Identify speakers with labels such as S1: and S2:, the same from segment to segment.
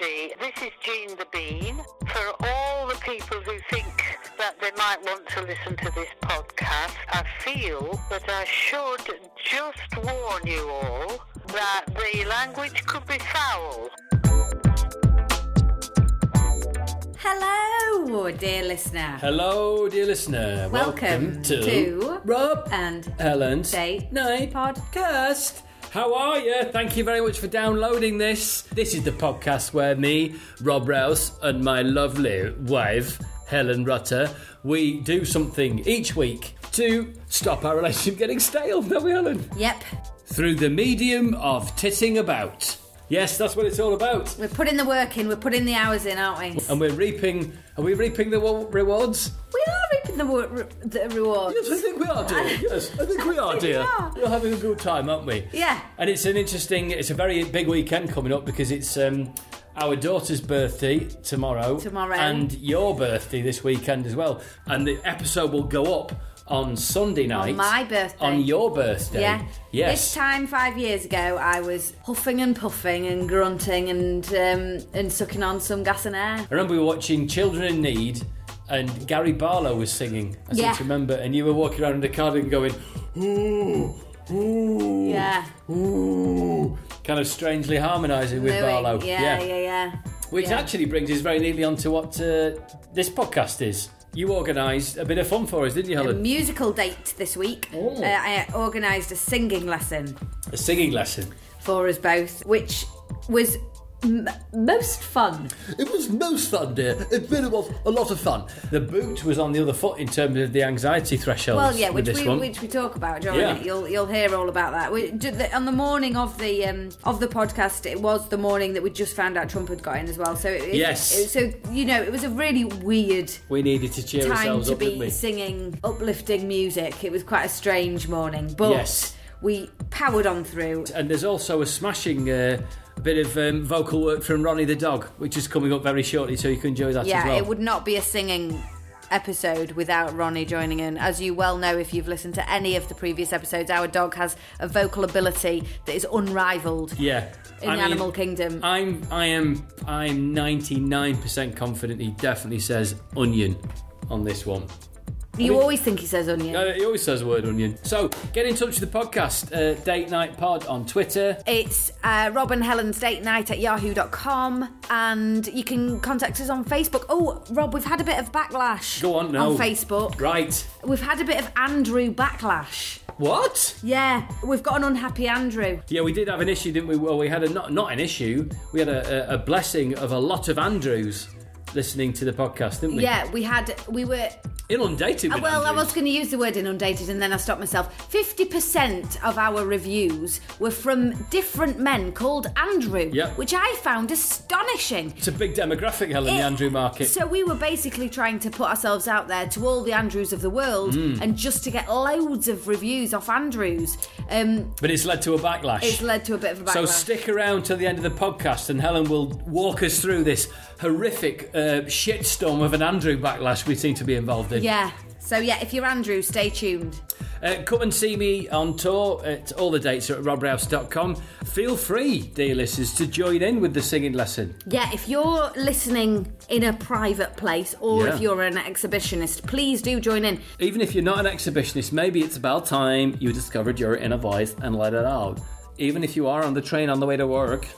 S1: say this is Jean the Bean for all the people who think that they might want to listen to this podcast. I feel that I should just warn you all that the language could be foul.
S2: Hello, dear listener.
S3: Hello, dear listener.
S2: Welcome
S3: to,
S2: to-
S3: Rob
S2: And
S3: Helen's
S2: Date
S3: Night Podcast. How are you? Thank you very much for downloading this. This is the podcast where me, Rob Rouse, and my lovely wife, Helen Rutter, we do something each week to stop our relationship getting stale, don't we, Helen?
S2: Yep,
S3: Through the medium of titting about. Yes, that's what it's all about.
S2: we're putting the work in, we're putting the hours in, aren't we?
S3: And we're reaping. Are we reaping the wa- rewards?
S2: We are reaping the, wor- re- the reward.
S3: Yes, I think we are, dear. Yes, I think we are,
S2: think we
S3: dear.
S2: are.
S3: We're having a good time, aren't we?
S2: Yeah.
S3: And it's an interesting, it's a very big weekend coming up because it's um, our daughter's birthday tomorrow.
S2: Tomorrow.
S3: And your birthday this weekend as well. And the episode will go up on Sunday night.
S2: my birthday.
S3: On your birthday.
S2: Yeah.
S3: Yes.
S2: This time five years ago, I was huffing and puffing and grunting and um, and sucking on some gas and air.
S3: I remember we were watching Children in Need and Gary Barlow was singing. I seem
S2: Yeah.
S3: to remember. And you were walking around in the cardigan going, ooh, ooh.
S2: Yeah.
S3: Ooh. Kind of strangely harmonising with
S2: Doing-
S3: Barlow.
S2: Yeah, yeah, yeah.
S3: Which
S2: yeah.
S3: actually brings us very neatly onto what uh, this podcast is. You organised a bit of fun for us, didn't you,
S2: A
S3: Helen?
S2: musical date this week.
S3: Oh.
S2: Uh, I organised a singing lesson
S3: A singing lesson.
S2: for us both, which was m- most fun.
S3: It was most fun, dear. It really was a lot of fun. The boot was on the other foot in terms of the anxiety threshold.
S2: Well, yeah,
S3: with
S2: which
S3: this
S2: we,
S3: one.
S2: which we talk about during
S3: Yeah.
S2: it. You'll you'll hear all about that. We, ju- the, on the morning of the um, of the podcast, it was the morning that we just found out Trump had got in as well. So it, it-
S3: Yes.
S2: it- so you know, it was a really weird
S3: We needed to cheer
S2: time
S3: ourselves
S2: to
S3: up, didn't
S2: be
S3: we?
S2: singing uplifting music. It was quite a strange morning, but
S3: Yes.
S2: we powered on through.
S3: And there's also a smashing uh, bit of um, vocal work from Ronnie the dog, which is coming up very shortly, so you can enjoy that
S2: Yeah,
S3: as well.
S2: it would not be a singing episode without Ronnie joining in. As you well know, if you've listened to any of the previous episodes, our dog has a vocal ability that is unrivaled.
S3: Yeah.
S2: in the animal kingdom.
S3: I'm I am I'm 99% confident he definitely says onion on this one.
S2: You always think he says onion.
S3: Uh, He always says the word onion. So get in touch with the podcast, uh, Date Night Pod on Twitter.
S2: It's uh, Rob and Helen's date night at yahoo.com and you can contact us on Facebook. Oh, Rob, we've had a bit of backlash.
S3: Go on now.
S2: On Facebook.
S3: Right.
S2: We've had a bit of Andrew backlash.
S3: What?
S2: Yeah, we've got an unhappy Andrew.
S3: Yeah, we did have an issue, didn't we? Well, we had a not not an issue. We had a, a, a blessing of a lot of Andrews listening to the podcast, didn't we?
S2: Yeah, we had, we were, uh,
S3: Inundated with
S2: well, I
S3: Andrews.
S2: was going to use the word inundated and then I stopped myself. 50% of our reviews were from different men called Andrew,
S3: Yeah.
S2: which I found astonishing.
S3: It's a big demographic, Helen, the
S2: It-
S3: Andrew market.
S2: So we were basically trying to put ourselves out there to all the Andrews of the world,
S3: Hmm.
S2: and just to get loads of reviews off Andrews, um,
S3: but it's led to a backlash.
S2: it's led to a bit of a backlash.
S3: So stick around till the end of the podcast, and Helen will walk us through this horrific uh, shitstorm of an Andrew backlash we seem to be involved in.
S2: yeah. So yeah, if you're Andrew, stay tuned.
S3: Uh, come and see me on tour. At, all the dates are at robrouse.com. Feel free, dear listeners, to join in with the singing lesson.
S2: Yeah, if you're listening in a private place or
S3: Yeah.
S2: if you're an exhibitionist, please do join in.
S3: Even if you're not an exhibitionist, maybe it's about time you discovered your inner voice and let it out. Even if you are on the train on the way to work,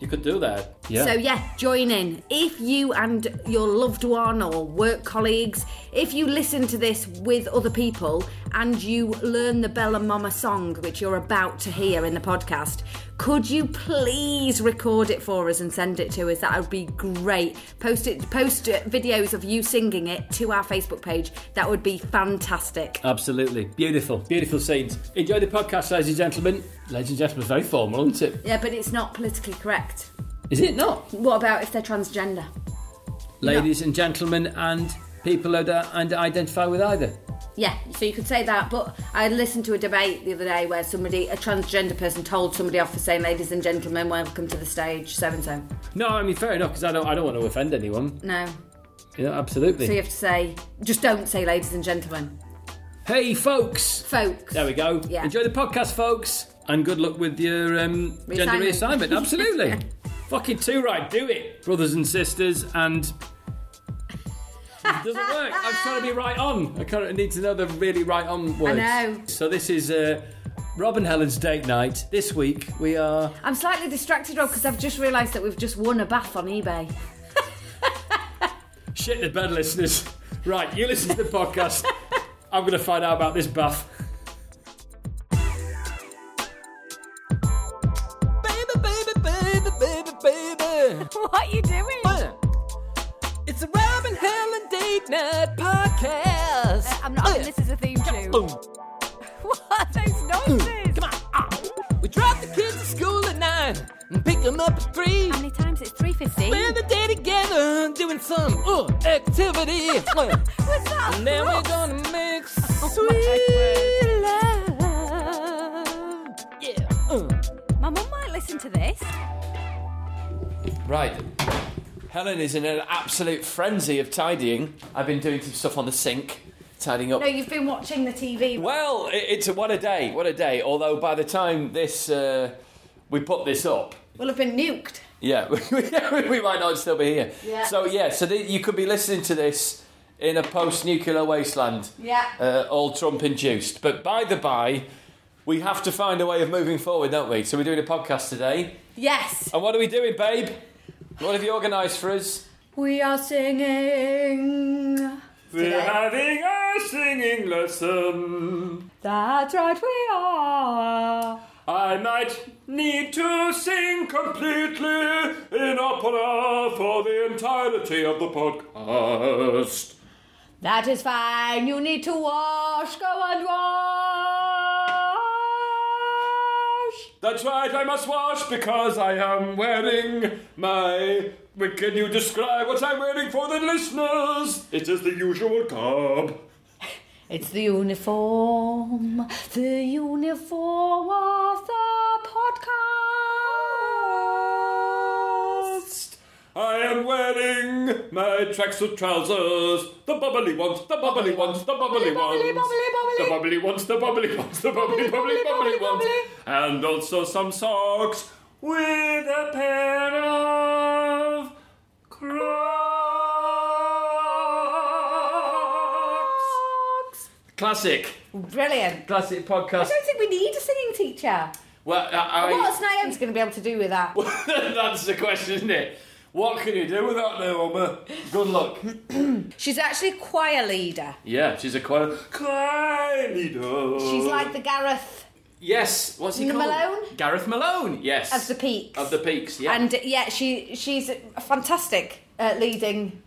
S3: you could do that. Yeah.
S2: So yeah, join in. If you and your loved one or work colleagues, if you listen to this with other people and you learn the Bella Mama song which you're about to hear in the podcast, could you please record it for us and send it to us? That would be great. Post it post uh, videos of you singing it to our Facebook page. That would be fantastic.
S3: Absolutely. Beautiful. Beautiful scenes. Enjoy the podcast, ladies and gentlemen. Ladies and gentlemen, very formal, isn't it?
S2: Yeah, but it's not politically correct.
S3: Is it not?
S2: What about if they're transgender?
S3: Ladies and gentlemen, and people that are- and identify with either.
S2: Yeah, so you could say that, but I listened to a debate the other day where somebody, a transgender person, told somebody off for saying, "Ladies and gentlemen, welcome to the stage," so and so.
S3: No, I mean fair enough because I don't. I don't want to offend anyone.
S2: No,
S3: Yeah, absolutely.
S2: so you have to say, just don't say, "Ladies and gentlemen,
S3: Hey, folks.
S2: folks."
S3: There we go.
S2: Yeah.
S3: Enjoy the podcast, folks, and good luck with your um, gender
S2: Reassignment.
S3: reassignment. Absolutely. Fucking too right, do it, brothers and sisters, and it doesn't work. I'm trying to be right on. I kind of need to know the really right on words.
S2: know.
S3: So this is uh, Rob and Helen's date night. This week we are.
S2: I'm slightly distracted, Rob, because I've just realised that we've just won a bath on eBay.
S3: Shit the bed, listeners. Right, you listen to the podcast. I'm going to find out about this bath.
S4: Baby, baby, baby, baby, baby.
S5: What are you doing?
S4: Fun. It's a Robin Helen date night podcast.
S5: Uh, I'm not.
S4: Yeah.
S5: This is a theme tune.
S4: Boom.
S5: What are those noises?
S4: Come on. Ah. We drop the kids at school at nine and pick them up at three.
S5: How many times? It's three fifteen.
S4: Spend the day together doing some uh, activity. Yeah.
S5: What's that?
S4: and then we're
S5: Brooks?
S4: gonna make
S2: Oh,
S5: my
S4: sweet love. Yeah. Uh.
S5: My mum might listen to this.
S3: Right. Helen is in an absolute frenzy of tidying. I've been doing some stuff on the sink, tidying up.
S2: No, you've been watching the TV.
S3: Well, it, it's a, what a day, what a day. Although by the time this uh, we put this up,
S2: We'll have been nuked.
S3: yeah, we, we might not still be here.
S2: Yeah.
S3: So yeah, so th- you could be listening to this in a post-nuclear wasteland.
S2: Yeah.
S3: Uh, all Trump-induced. But by the by, we have to find a way of moving forward, don't we? So we're doing a podcast today.
S2: Yes.
S3: And what are we doing, babe? What have you organised for us?
S2: We are singing.
S3: We're
S2: Today.
S3: having a singing lesson.
S2: That's right, we are.
S3: I might need to sing completely in opera for the entirety of the podcast.
S2: That is fine. You need to wash. Go and wash.
S3: That's right, I must wash because I am wearing my. Can you describe what I'm wearing for the listeners? It is the usual garb.
S2: It's the uniform, the uniform of the podcast.
S3: I am wearing my tracksuit trousers. The bubbly ones, the bubbly ones, the bubbly
S2: Bubbly, bubbly,
S3: ones.
S2: bubbly,
S3: The
S2: bubbly.
S3: bubbly ones, the bubbly ones, the bubbly,
S2: bubbly,
S3: bubbly, bubbly
S2: bubbly,
S3: ones. And also some socks with a pair of Crocs. Classic.
S2: Brilliant.
S3: Classic
S2: I
S3: podcast.
S2: don't think we need a singing teacher.
S3: Well, I.
S2: What's Naomi's going to be able to do with that?
S3: That's the question, isn't it? What can you do with that, Naoma? Good luck.
S2: She's actually choir leader.
S3: Yeah, she's a choir. Choir leader.
S2: She's like the Gareth
S3: yes. What's he
S2: N-
S3: called?
S2: Malone?
S3: Gareth Malone. Yes.
S2: of the Peaks.
S3: Of the peaks. Yeah.
S2: And uh, yeah, she she's fantastic at leading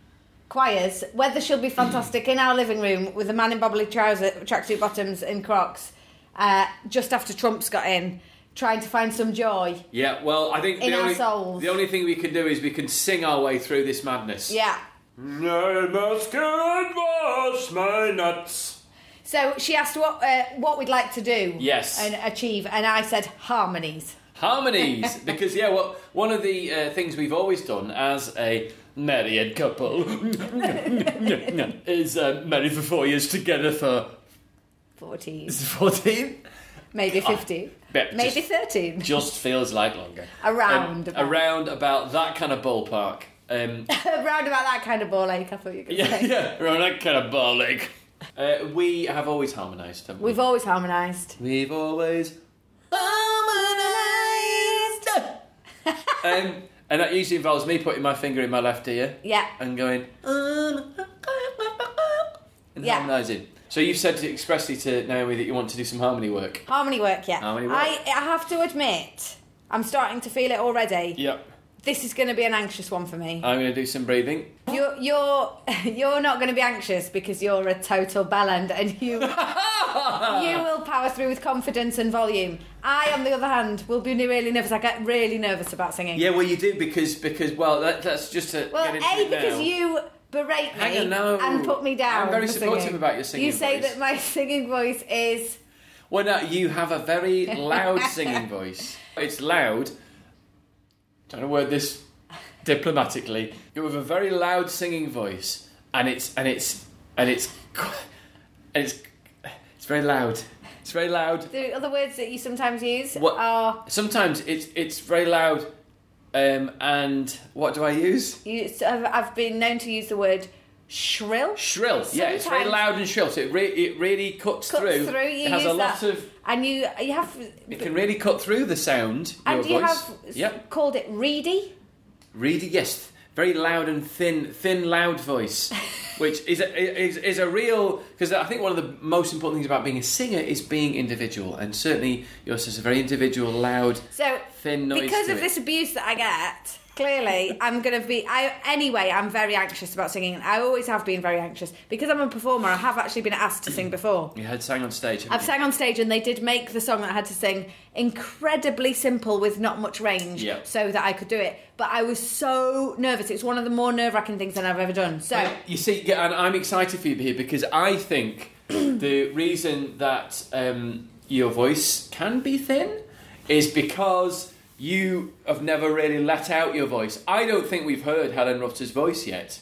S2: choirs. Whether she'll be fantastic in our living room with a man in bubbly trousers, tracksuit bottoms, and Crocs, uh, just after Trump's got in, trying to find some joy.
S3: yeah. Well, I think
S2: In
S3: the
S2: our
S3: only
S2: souls.
S3: the only thing we can do is we can sing our way through this madness.
S2: Yeah.
S3: I must go and wash my nuts.
S2: So she asked what uh, what we'd like to do.
S3: Yes.
S2: And achieve, and I said harmonies.
S3: Harmonies, because yeah, well, one of the uh, things we've always done as a married couple is uh, married for four years together for
S2: Fourteen,
S3: fourteen.
S2: maybe fifteen,
S3: bet
S2: maybe
S3: just-
S2: thirteen.
S3: just feels like longer.
S2: Around
S3: Um,
S2: about.
S3: around about that kind of ballpark. Um,
S2: Round about that kind of ball ache. I thought you were going to
S3: yeah,
S2: say.
S3: yeah, around that kind of ballpark. Uh, we have always harmonised, haven't we?
S2: We've always harmonised.
S3: We've always
S2: Harmonised.
S3: um, and that usually involves me putting my finger in my left ear.
S2: Yeah.
S3: And going and
S2: Yeah.
S3: harmonising. So you've said expressly to Naomi that you want to do some harmony work.
S2: Harmony work, yeah.
S3: Harmony work.
S2: I, I have to admit, I'm starting to feel it already.
S3: Yep.
S2: This is going to be an anxious one for me.
S3: I'm going to do some breathing.
S2: You're you're you're not going to be anxious because you're a total bellend and you you will power through with confidence and volume. I, on the other hand, will be really nervous. I get really nervous about singing.
S3: Yeah, well, you do because because well, that, that's just to
S2: Well,
S3: get into
S2: a
S3: it now.
S2: because you berate me
S3: Hang on, no.
S2: and put me down.
S3: I'm very
S2: for
S3: supportive
S2: singing.
S3: about your singing
S2: You say
S3: voice.
S2: that my singing voice is
S3: Well, no, you have a very loud singing voice. It's loud. Trying to word this diplomatically. You have a very loud singing voice, and it's and it's and it's and it's it's very loud. It's very loud.
S2: the other words that you sometimes use
S3: What?
S2: are
S3: Sometimes it's it's very loud. Um, and what do I use?
S2: You, so I've, I've been known to use the word shrill.
S3: Shrill. Yeah, it's very
S2: Sometimes-
S3: loud and shrill, so it, re- it really cuts,
S2: Cuts
S3: through.
S2: through. you
S3: it has
S2: use
S3: a lot
S2: that.
S3: of.
S2: and you you have.
S3: It can really cut through the sound.
S2: and
S3: your
S2: you
S3: voice.
S2: have s-
S3: Yep.
S2: called it reedy.
S3: Reedy, yes, very loud and thin, thin, loud voice, which is a, is, is a real because I think one of the most important things about being a singer is being individual, and certainly yours is a very individual, loud.
S2: So
S3: Thin noise
S2: because
S3: to
S2: of
S3: it.
S2: this abuse that I get, clearly I'm going to be. I anyway, I'm very anxious about singing. I always have been very anxious because I'm a performer. I have actually been asked to sing before.
S3: You had sang on stage. haven't
S2: I've
S3: you?
S2: sang on stage and they did make the song that I had to sing incredibly simple with not much range
S3: Yeah.
S2: so that I could do it. But I was so nervous. It's one of the more nerve wracking things that I've ever done. So
S3: You see, yeah, and I'm excited for you here because I think the reason that um, your voice can be thin is because you have never really let out your voice. I don't think we've heard Helen Rutter's voice yet.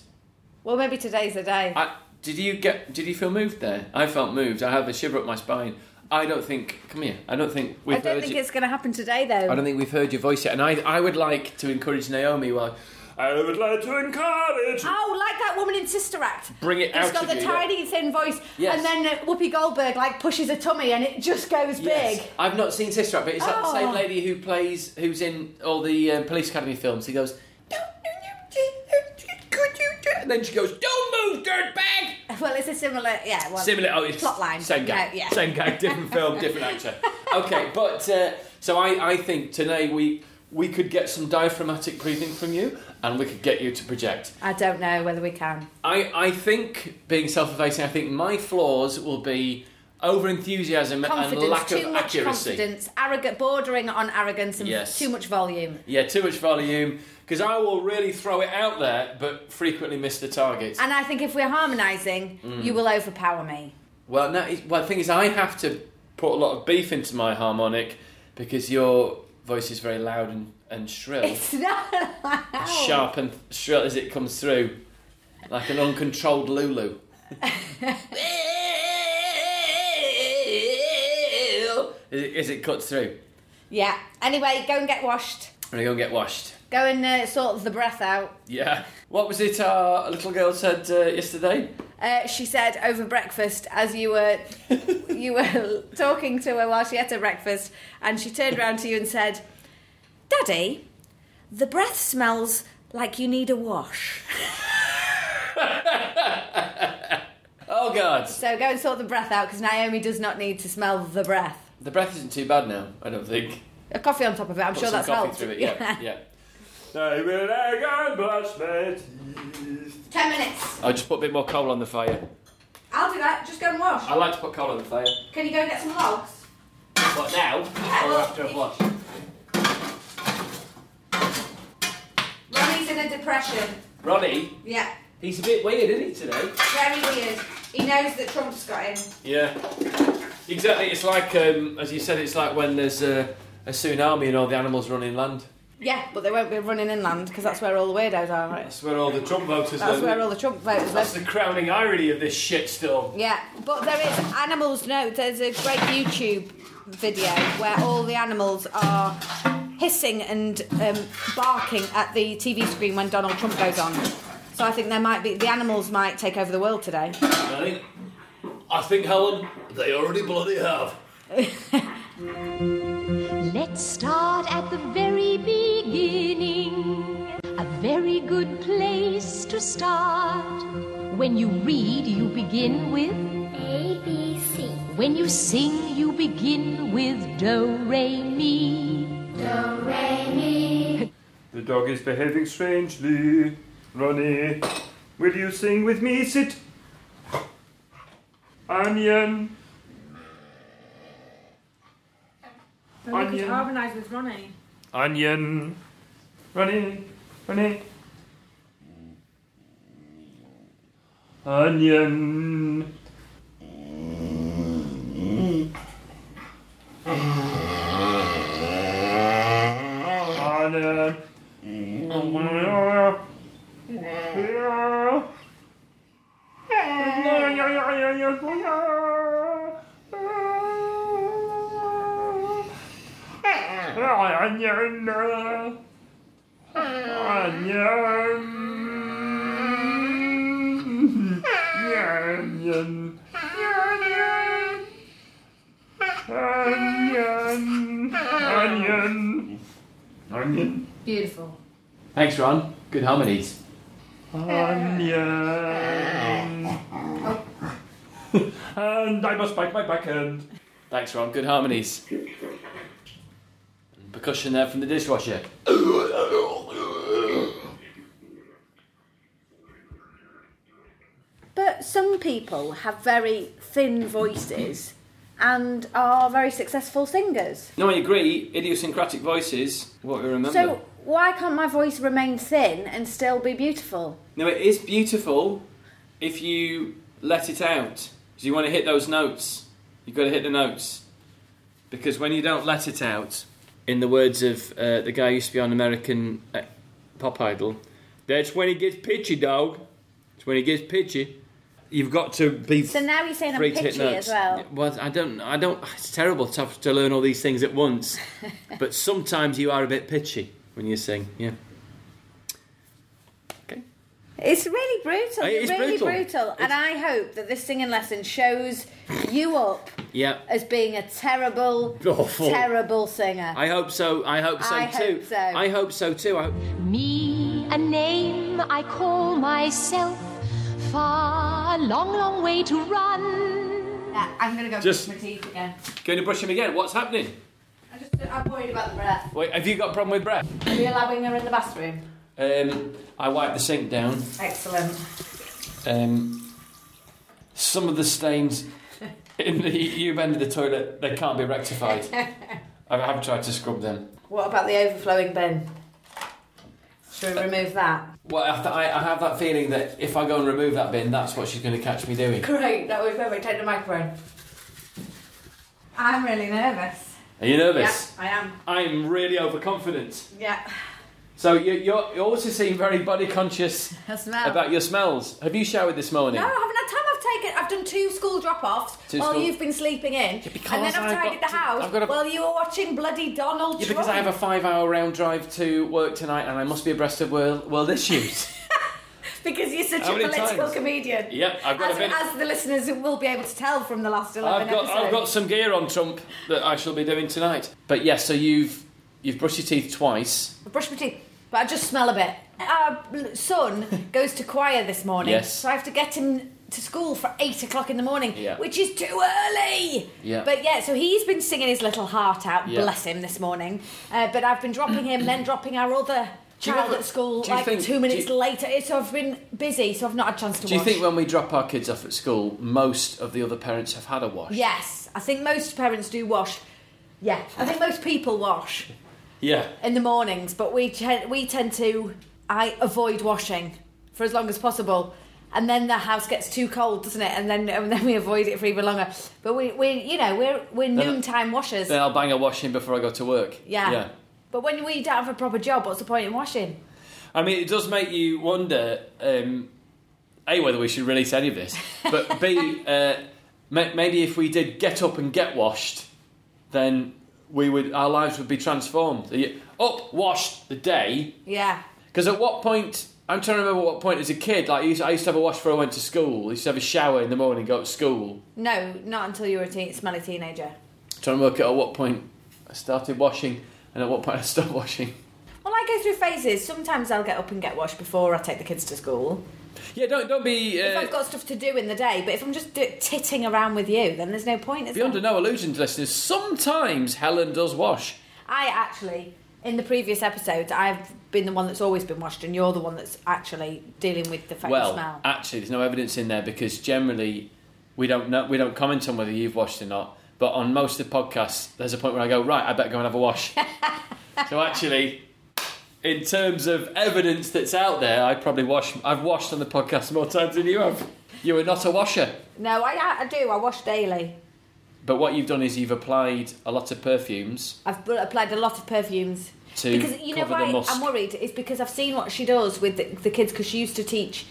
S2: well maybe today's the day.
S3: I, did you get? Did you feel moved there? I felt moved. I have a shiver up my spine. I don't think. Come here. I don't think
S2: I
S3: we've
S2: don't
S3: heard.
S2: think
S3: you-
S2: it's going to happen today though.
S3: I don't think we've heard your voice yet. And I, I would like to encourage Naomi. Well, I would like to encourage.
S2: Oh, like that woman in Sister Act.
S3: Bring it out
S2: It's got
S3: of
S2: the
S3: you, yeah.
S2: tiny thin voice,
S3: Yes.
S2: and then uh, Whoopi Goldberg like pushes her tummy, and it just goes
S3: Yes.
S2: big.
S3: I've not seen Sister Act, but it's that
S2: Oh.
S3: same lady who plays, who's in all the um, Police Academy films. He goes, "Don't- could you do-" And then she goes, don't move, dirtbag!
S2: Well, it's a similar, yeah, well,
S3: Similar, oh, it's
S2: plot line.
S3: Same gag,
S2: No, yeah.
S3: same gag, different film, different actor. Okay, but uh, so I, I think today we we could get some diaphragmatic breathing from you, and we could get you to project.
S2: I don't know whether we can.
S3: I, I think being self-effacing, I think my flaws will be over enthusiasm and
S2: Confidence,
S3: lack of
S2: too much
S3: accuracy.
S2: confidence, arrogant, bordering on arrogance, and
S3: Yes.
S2: too much volume.
S3: Yeah, too much volume because I will really throw it out there, but frequently miss the target.
S2: And I think if we're harmonising,
S3: Mm.
S2: you will overpower me.
S3: Well, no. it- Well, the thing is, I have to put a lot of beef into my harmonic because your voice is very loud and, and shrill,
S2: It's not
S3: and sharp and shrill as it comes through, like an uncontrolled Lulu. as, it, as it cuts through,
S2: yeah. Anyway, go and get washed.
S3: and I go and get washed.
S2: Go and uh, sort the breath out.
S3: Yeah. What was it our little girl said uh, yesterday?
S2: Uh, she said over breakfast as you were you were talking to her while she ate her breakfast, and she turned round to you and said, "Daddy, the breath smells like you need a wash."
S3: Oh God.
S2: So go and sort the breath out because Naomi does not need to smell the breath.
S3: The breath isn't too bad now, I don't think.
S2: A coffee on top of it. I'm
S3: Put
S2: sure
S3: some
S2: that's
S3: coffee
S2: helped.
S3: through it, yeah. yeah. I will
S2: Ten minutes.
S3: I'll just put a bit more coal on the fire.
S2: I'll do that. Just go and wash.
S3: I like to put coal on the fire.
S2: Can you go and get some logs?
S3: But now, or after I've washed.
S2: Ronnie's in a depression.
S3: Ronnie,
S2: Yeah,
S3: he's a bit weird, isn't he, today?
S2: very weird. He knows that Trump's got him.
S3: Yeah. Exactly, it's like, um, as you said, it's like when there's a, a tsunami and all the animals run inland.
S2: Yeah, but they won't be running inland because that's where all the weirdos are, right?
S3: That's where all the Trump voters
S2: That's
S3: live.
S2: where all the Trump voters
S3: That's
S2: live.
S3: the crowning irony of this shitstorm.
S2: Yeah, but there is animals. No, there's a great YouTube video where all the animals are hissing and um, barking at the TV screen when Donald Trump goes on. So I think there might be the animals might take over the world today.
S6: I think, I think, Helen, they already bloody have.
S7: Let's start at the very beginning. A very good place to start. When you read, you begin with A, B, C. When you sing, you begin with Do, Re, Mi.
S8: The dog is behaving strangely. Ronnie, will you sing with me? Sit. Onion. Onion.
S9: harmonise with Ronnie.
S8: Onion. Ronnie. Ronnie. Onion. Onion. Onion. Onion. Onion. Onion. Onion. Onion. Onion.
S2: Beautiful.
S3: Thanks, Ron. Good harmonies.
S8: Onion. and I must bite my back end.
S3: Thanks, Ron. Good harmonies. Percussion there from the dishwasher.
S10: But some people have very thin voices and are very successful singers.
S3: No, I agree. Idiosyncratic voices. What we remember.
S10: So why can't my voice remain thin and still be beautiful?
S3: No, it is beautiful if you let it out. Because you want to hit those notes. You've got to hit the notes. Because when you don't let it out, in the words of uh, the guy who used to be on American uh, Pop Idol, that's when he gets pitchy, dog. It's when he gets pitchy. You've got to be
S10: So now you're saying I'm
S3: free to hit
S10: pitchy
S3: notes.
S10: as well.
S3: Well, I don't, I don't. It's terrible to have to learn all these things at once. but sometimes you are a bit pitchy when you sing. Yeah.
S10: It's really brutal.
S3: It
S10: You're
S3: is
S10: really
S3: brutal.
S10: brutal. And I hope that this singing lesson shows you up
S3: Yeah.
S10: as being a terrible,
S3: Awful.
S10: terrible singer.
S3: I hope so. I hope so
S10: I
S3: too.
S10: hope so.
S3: I hope so too. I hope...
S7: Me, a name I call myself. Far, long, long way to run.
S2: Yeah, I'm gonna go
S3: Just-
S2: brush my teeth again.
S3: Going to brush him again. What's happening?
S2: I just, I'm worried about the breath.
S3: Wait, have you got a problem with breath?
S2: Are you allowing her in the bathroom?
S3: Um, I wiped the sink down.
S2: Excellent.
S3: Um, some of the stains in the you end of the toilet they can't be rectified. I have tried to scrub them.
S2: What about the overflowing bin? Should we remove that?
S3: Well, I, th- I I have that feeling that if I go and remove that bin, that's what she's going to catch me doing.
S2: Great, that would be perfect. Take the microphone. I'm really nervous.
S3: Are you nervous?
S2: Yeah, I am.
S3: I'm really overconfident.
S2: Yeah.
S3: So you, you're, you also seem very body conscious
S2: I smell.
S3: about your smells. Have you showered this morning?
S2: Oh. no, I haven't had time. I've taken. I've done two school drop-offs
S3: Two
S2: while
S3: school-
S2: you've been sleeping in,
S3: because
S2: and then I've
S3: I've
S2: tidied the
S3: got to-
S2: house
S3: I've got to-
S2: while you were watching bloody Donald
S3: Yeah,
S2: Trump.
S3: because I have a five-hour round drive to work tonight, and I must be abreast of world, world issues.
S2: Because you're such
S3: How
S2: a
S3: many
S2: political
S3: times?
S2: comedian.
S3: Yep, I've got
S2: as,
S3: a bit-
S2: as the listeners will be able to tell from the last 11
S3: I've got I've got
S2: episodes.
S3: some gear on Trump that I shall be doing tonight. But yes, so you've you've brushed your teeth twice.
S2: I brush my teeth, but I just smell a bit. Our bl- son goes to choir this morning,
S3: Yes.
S2: so I have to get him to school for 8 o'clock in the morning,
S3: Yeah.
S2: which is too early.
S3: Yeah.
S2: But yeah, so he's been singing his little heart out,
S3: Yeah.
S2: bless him, this morning. Uh, but I've been dropping him, then dropping our other
S3: Do you
S2: child
S3: ever-
S2: at school
S3: do you
S2: like
S3: think-
S2: two minutes
S3: do you-
S2: later. So I've been busy, so I've not had a chance to
S3: Do you
S2: wash.
S3: think when we drop our kids off at school, most of the other parents have had a wash?
S2: Yes, I think most parents do wash. Yeah, I think most people wash
S3: Yeah.
S2: in the mornings, but we te- we tend to I avoid washing for as long as possible. And then the house gets too cold, doesn't it? And then and then we avoid it for even longer. But we we you know, we're we're noontime washers.
S3: Then I'll bang a wash in before I go to work.
S2: yeah.
S3: Yeah.
S2: But when we don't have a proper job, what's the point in washing?
S3: I mean, it does make you wonder, um, A, whether we should release any of this, but B, uh, ma- maybe if we did get up and get washed, then we would our lives would be transformed. You- Up, washed the day.
S2: Yeah.
S3: Because at what point, I'm trying to remember what point as a kid, like I used, I used to have a wash before I went to school. I used to have a shower in the morning, go to school.
S2: No, not until you're a teen, smelly teenager.
S3: trying to work out at what point I started washing and at what point I stopped washing.
S2: Well, I go through phases. Sometimes I'll get up and get washed before I take the kids to school.
S3: Yeah, don't don't be.
S2: if
S3: Uh,
S2: I've got stuff to do in the day, but if I'm just do- titting around with you, then there's no point. Is
S3: be under
S2: there?
S3: no illusions, listeners. Sometimes Helen does wash.
S2: I actually, in the previous episodes, I've been the one that's always been washed, and you're the one that's actually dealing with the fact
S3: Well,
S2: smell.
S3: actually, there's no evidence in there because generally we don't know, we don't comment on whether you've washed or not. But on most of the podcasts, there's a point where I go, right, I better go and have a wash. so actually, in terms of evidence that's out there, I probably wash. I've washed on the podcast more times than you have. You are not a washer.
S2: no, I, I do. I wash daily.
S3: But what you've done is you've applied a lot of perfumes.
S2: I've bl- applied a lot of perfumes
S3: To
S2: because you know
S3: cover the
S2: why
S3: musk.
S2: I'm worried is because I've seen what she does with the, the kids because she used to teach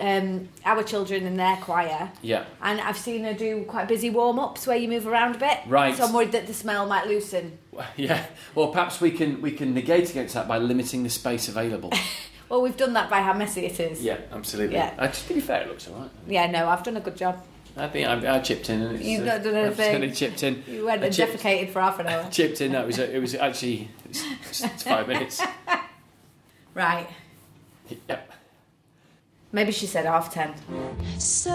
S9: um, our children in their choir.
S3: Yeah.
S9: And I've seen her do quite busy warm ups where you move around a bit.
S3: Right.
S9: So I'm worried that the smell might loosen.
S3: Yeah. Well, perhaps we can we can negate against that by limiting the space available.
S9: Well, we've done that by how messy it is.
S3: yeah, absolutely.
S9: Yeah.
S3: Uh, to be fair, it looks alright.
S9: Yeah, no, I've done a good job.
S3: I think I, I chipped in. And it's,
S9: You've
S3: uh,
S9: not done
S3: I've
S9: anything.
S3: certainly chipped in.
S9: You went
S3: I
S9: and
S3: chipped,
S9: defecated for half an hour.
S3: chipped in. That was it was actually it's, it's five minutes.
S9: Right.
S3: Yeah.
S9: Maybe she said half ten.
S7: So,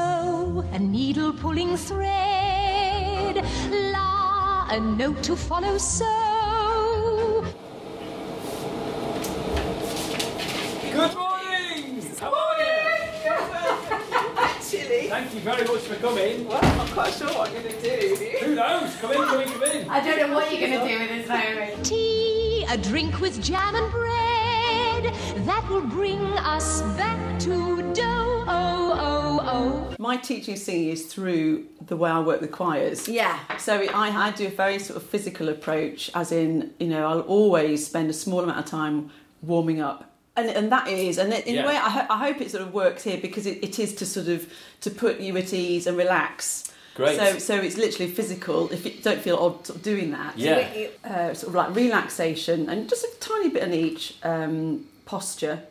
S7: a needle pulling thread. La, a note to follow. So,
S3: Good morning. How are you?
S11: Actually,
S3: Thank you very much for coming.
S11: well, I'm not quite sure what I'm going to do.
S3: Who knows? Come in, come in, come in.
S9: I don't know what you're going to do with this diary.
S7: tea, a drink with jam and bread. That will bring us back to dough. Oh, oh, oh.
S11: My teaching singing is through the way I work with choirs.
S9: Yeah.
S11: So I, I do a very sort of physical approach, as in, you know, I'll always spend a small amount of time warming up. And, and that is, and in
S3: Yeah.
S11: a way, I, ho- I hope it sort of works here because it, it is to sort of to put you at ease and relax.
S3: Great.
S11: So, so it's literally physical. If you don't feel odd sort of doing that,
S3: Yeah.
S11: uh, sort of like relaxation and just a tiny bit in each um, posture,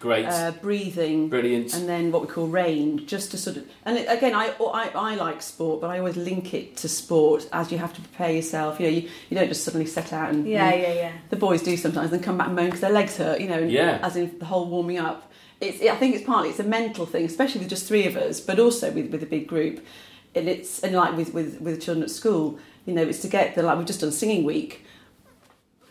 S3: Great.
S11: uh, breathing,
S3: Brilliant.
S11: and then what we call range, just to sort of. And it, again, I, I I like sport, but I always link it to sport as you have to prepare yourself. You know, you, you don't just suddenly set out and
S9: Yeah,
S3: Mm.
S11: you know,
S9: yeah, yeah.
S11: The boys do sometimes and come back and moan because their legs hurt. You know, and-
S3: Yeah.
S11: As in the whole warming up. It's, I think it's partly it's a mental thing, especially with just three of us, but also with, with a big group. And it's and like with, with with children at school, you know, it's to get the like we've just done singing week,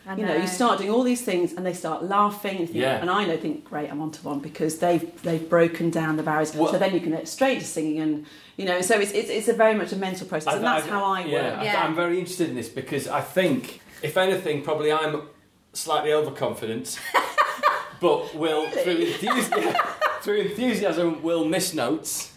S9: I
S11: you know, you start doing all these things and they start laughing. And, you think-
S3: Yeah.
S11: and I know, think, great, I'm onto one because they've they've broken down the barriers.
S3: Well-
S11: so then you can get straight to singing and, you know, so it's, it's, it's a very much a mental process. and that's how I work.
S3: yeah,
S9: Yeah.
S3: I'm very interested in this because I think, if anything, probably I'm slightly overconfident, but will through enthusiasm, through enthusiasm will miss notes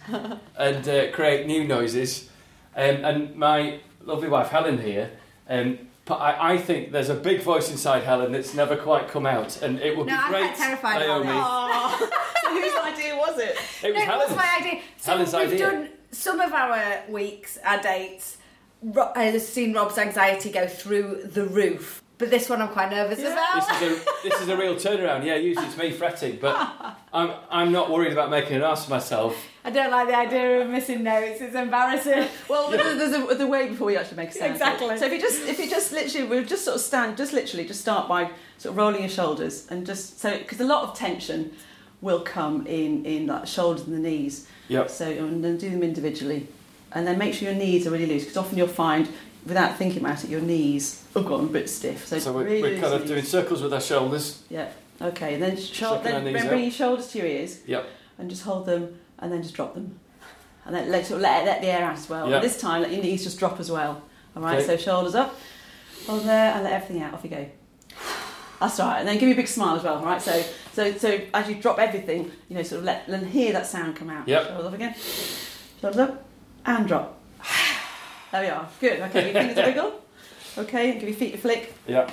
S3: and uh, create new noises. Um, and my lovely wife Helen here. Um, but I, I think there's a big voice inside Helen that's never quite come out, and it would
S9: No,
S3: be
S9: I'm
S3: great.
S9: quite terrified about
S3: Naomi.
S11: so whose idea was it?
S3: It was
S9: no, That
S3: Helen's.
S9: was my idea. So
S3: Helen's
S9: we've
S3: idea.
S9: done some of our weeks, our dates. Ro- I've seen Rob's anxiety go through the roof, but this one I'm quite nervous
S3: This
S9: about.
S3: is a this is a real turnaround. Yeah, usually it's me fretting, but I'm I'm not worried about making an ass of myself.
S9: I don't like the idea of missing notes. It's embarrassing.
S11: Well, there's, a, there's a way before you actually make a sound.
S9: Exactly.
S11: So if you just if you just literally we'll just sort of stand, just literally just start by sort of rolling your shoulders and just so because a lot of tension will come in in like shoulders and the knees.
S3: Yep.
S11: So and then do them individually, and then make sure your knees are really loose because often you'll find without thinking about it your knees have gotten a bit stiff. So,
S3: So we're,
S11: really
S3: we're kind
S11: loose
S3: of doing
S11: knees.
S3: circles with our shoulders.
S11: Yeah. Okay. And then shou-
S3: Sucking our
S11: then
S3: knees
S11: bring
S3: up.
S11: bring your shoulders to your ears
S3: Yep.
S11: and just hold them and then just drop them and then let, sort of let, let the air out as well
S3: Yeah.
S11: and this time let your knees just drop as well all right
S3: Okay.
S11: so shoulders up hold there and let everything out off you go that's all right and then give me a big smile as well all right so so so as you drop everything you know sort of let and hear that sound come out
S3: Yep.
S11: shoulders up again shoulders up and drop there we are good okay your fingers a wiggle okay and give your feet a flick
S3: Yep.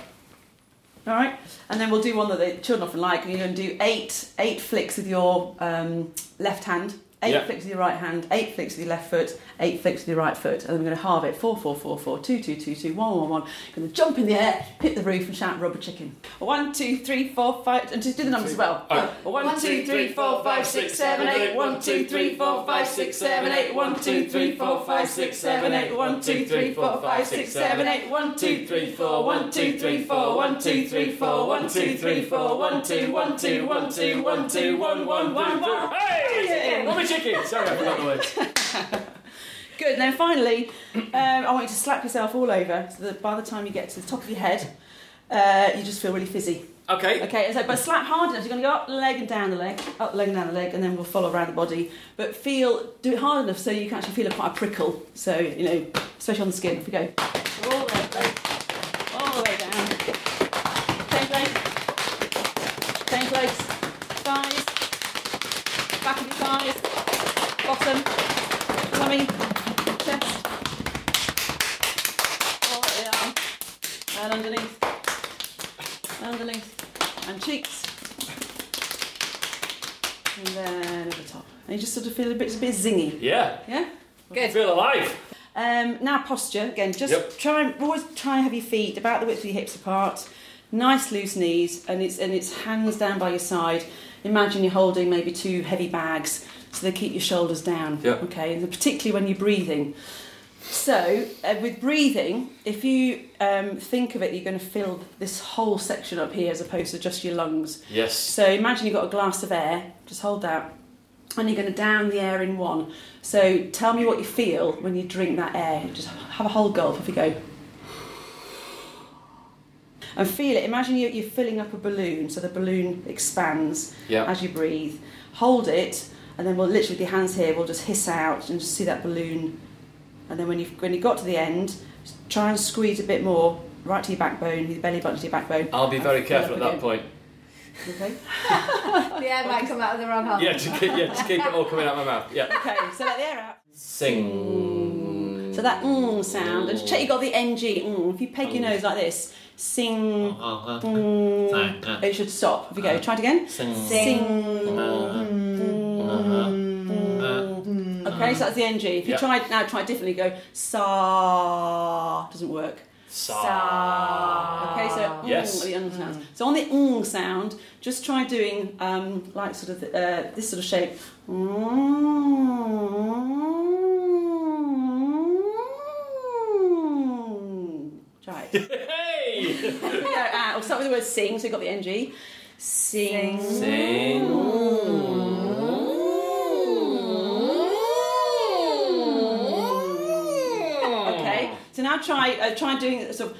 S11: all right, and then we'll do one that the children often like. and You're going to do eight eight flicks with your um, left hand, eight
S3: Yeah.
S11: flicks with your right hand, eight flicks with your left foot, eight flicks with your right foot, and then we're going to halve it four four four four two two two two one one one. You're going to jump in the air, hit the roof, and shout "rubber chicken." One two three four five, and just do the numbers as well.
S3: Oh.
S11: One two three four five six seven eight. One two three four five six seven eight. One two three four five six seven eight. One two three four five six seven eight. One two three four. One two three four. One two three four. One two three four. One two one two one two one two one one one one.
S3: Hey! Rubber chicken! Sorry, I forgot the words.
S11: Good. And then finally, um, I want you to slap yourself all over so that by the time you get to the top of your head, uh, you just feel really fizzy.
S3: Okay.
S11: Okay, and so, but slap hard enough. You're going to go up the leg and down the leg, up the leg and down the leg, and then we'll follow around the body. But feel, do it hard enough so you can actually feel a, quite a prickle. So, you know, especially on the skin. If we go all the way, up, all the way down. Change legs. Change legs. Thighs. Back of your thighs. Bottom. Tummy. Chest. All the way down. And underneath underneath and cheeks. and then at the top. And you just sort of feel a bit, it's a bit zingy.
S3: Yeah.
S11: Yeah.
S3: I feel alive.
S11: Um, now posture again. Just
S3: Yep.
S11: try and always try and have your feet about the width of your hips apart. Nice loose knees, and it's and it's hands down by your side. Imagine you're holding maybe two heavy bags, so they keep your shoulders down.
S3: Yep.
S11: Okay, and particularly when you're breathing. So uh, with breathing, if you um, think of it, you're going to fill this whole section up here as opposed to just your lungs.
S3: Yes.
S11: So imagine you've got a glass of air, just hold that, and you're going to down the air in one. So tell me what you feel when you drink that air. Just have a whole gulp if you go. And feel it. Imagine you- you're filling up a balloon, so the balloon expands
S3: Yeah.
S11: as you breathe. Hold it, and then we'll literally with your hands here, we'll just hiss out and just see that balloon. And then when you've when you got to the end, try and squeeze a bit more right to your backbone, your belly button to your backbone.
S3: I'll be very
S11: and fill
S3: careful at
S11: up
S3: that
S11: again.
S3: point.
S11: Okay.
S9: The air might come out of the wrong hole.
S3: Yeah, just keep, yeah, just keep it all coming out my mouth. Yeah.
S11: Okay, so let the air out.
S3: Sing.
S11: So that mm sound, and just check you got the ng. Mm. If you peg
S3: Oh.
S11: your nose like this, sing, mm, it should stop. If you go, try it again.
S3: Uh-huh. Sing. Uh-huh.
S11: Sing. Okay, so that's the ng. If you
S3: Yeah.
S11: try now, try it differently. Go sa. Doesn't work.
S3: Sa.
S11: Okay, so mm,
S3: Yes.
S11: are the mm sounds. So on the mm sound, just try doing um, like sort of uh, this sort of shape. Try it.
S3: Hey!
S11: go out. We'll start with the word sing, so you've got the NG. Sing.
S3: Sing.
S11: Okay, so now try uh, try doing sort of.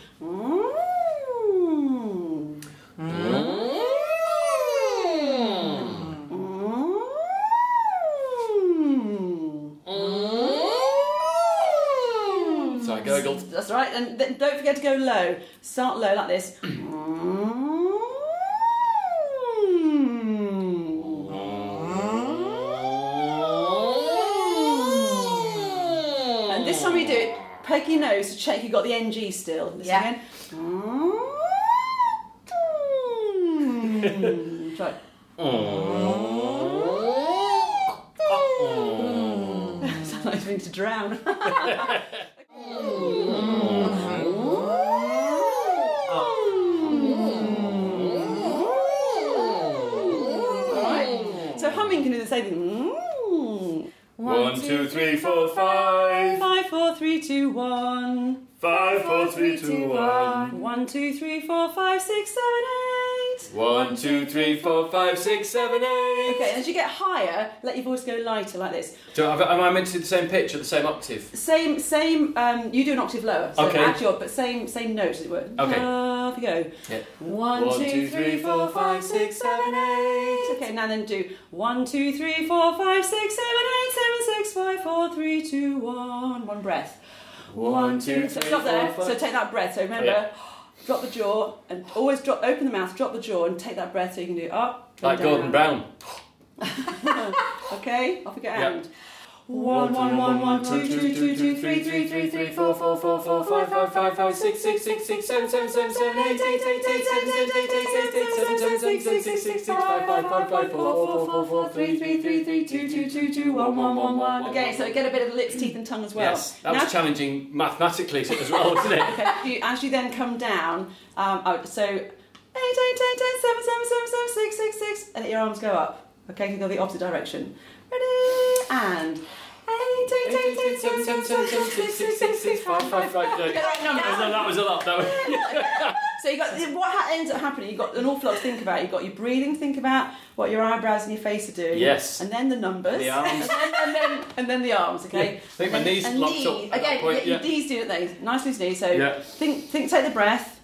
S3: So I gurgled.
S11: That's right, and th- don't forget to go low. Start low like this. And this time you do it, peg your nose to check you got the NG still. Listen
S9: Yeah.
S11: again. Try. Sound like you're going to drown. Alright, So humming can do the same thing.
S8: One, two, three, four, five.
S11: Five, four, three, two, one.
S8: Five, four, three, two, one.
S11: One, two, three, four, five, six, seven, eight.
S3: One, two, three, four, five, six, seven, eight.
S11: Okay, and as you get higher, let your voice go lighter like this.
S3: Do, have- am I meant to do the same pitch or the same octave?
S11: Same, same. Um, you do an octave lower, so
S3: Okay.
S11: add your, but same, same note as it were.
S3: Okay.
S11: Uh, if you go.
S3: Yeah.
S11: One, two, three, four, five, six, seven, eight. Okay, now then do one, two, three, four, five, six, seven, eight, seven, six, five, four, three, two, one. One breath.
S3: One, two,
S11: so
S3: three,
S11: stop there.
S3: four,
S11: So
S3: five.
S11: take that breath. So remember,
S3: Yeah.
S11: drop the jaw and always drop. Open the mouth, drop the jaw, and take that breath. So you can do up. and
S3: Like
S11: down.
S3: Gordon Brown.
S11: Okay, off we go.
S3: Yeah.
S11: And one, one, one, one, two, two, two, two, three, three, three, three, four, four, four, four, five, five, five, five, six, six, six, six, seven, seven, seven, seven, eight, eight, eight, eight, seven, seven, eight, eight, eight, eight, seven, seven, six, six, six, six, six, five, five, five, five, four, four, four, four, four, three, three, three, three, two, two, two, two, one, one, one, one. Okay, so get a bit of lips, teeth, and tongue as well.
S3: Yes, that
S11: Now-
S3: was challenging mathematically as well, wasn't it?
S11: Okay, you, as you then come down, um, oh, so eight, eight, eight, eight, seven, seven, seven, seven, six, six, six, and let your arms go up. Okay, you go the opposite direction. Ready and eight, eight, eight, eight, seven, seven, seven, seven, six, six, six, six, five, five, five.
S3: Get
S11: the right number.
S3: No, that was a lot. That was...
S11: So you got what ha- ends up happening. You have got an awful lot to think about. You have got your breathing, to think about what your eyebrows and your face are doing.
S3: Yes.
S11: and then the numbers.
S3: The arms.
S11: and, then, and then and then the arms. Okay.
S3: I think my
S11: And-
S3: knees
S11: and
S3: locked
S11: knee-
S3: up at
S11: Again,
S3: that point.
S11: yeah,
S3: Yeah.
S11: knees do it. They nice loose knees. So
S3: Yeah.
S11: think, think, take the breath.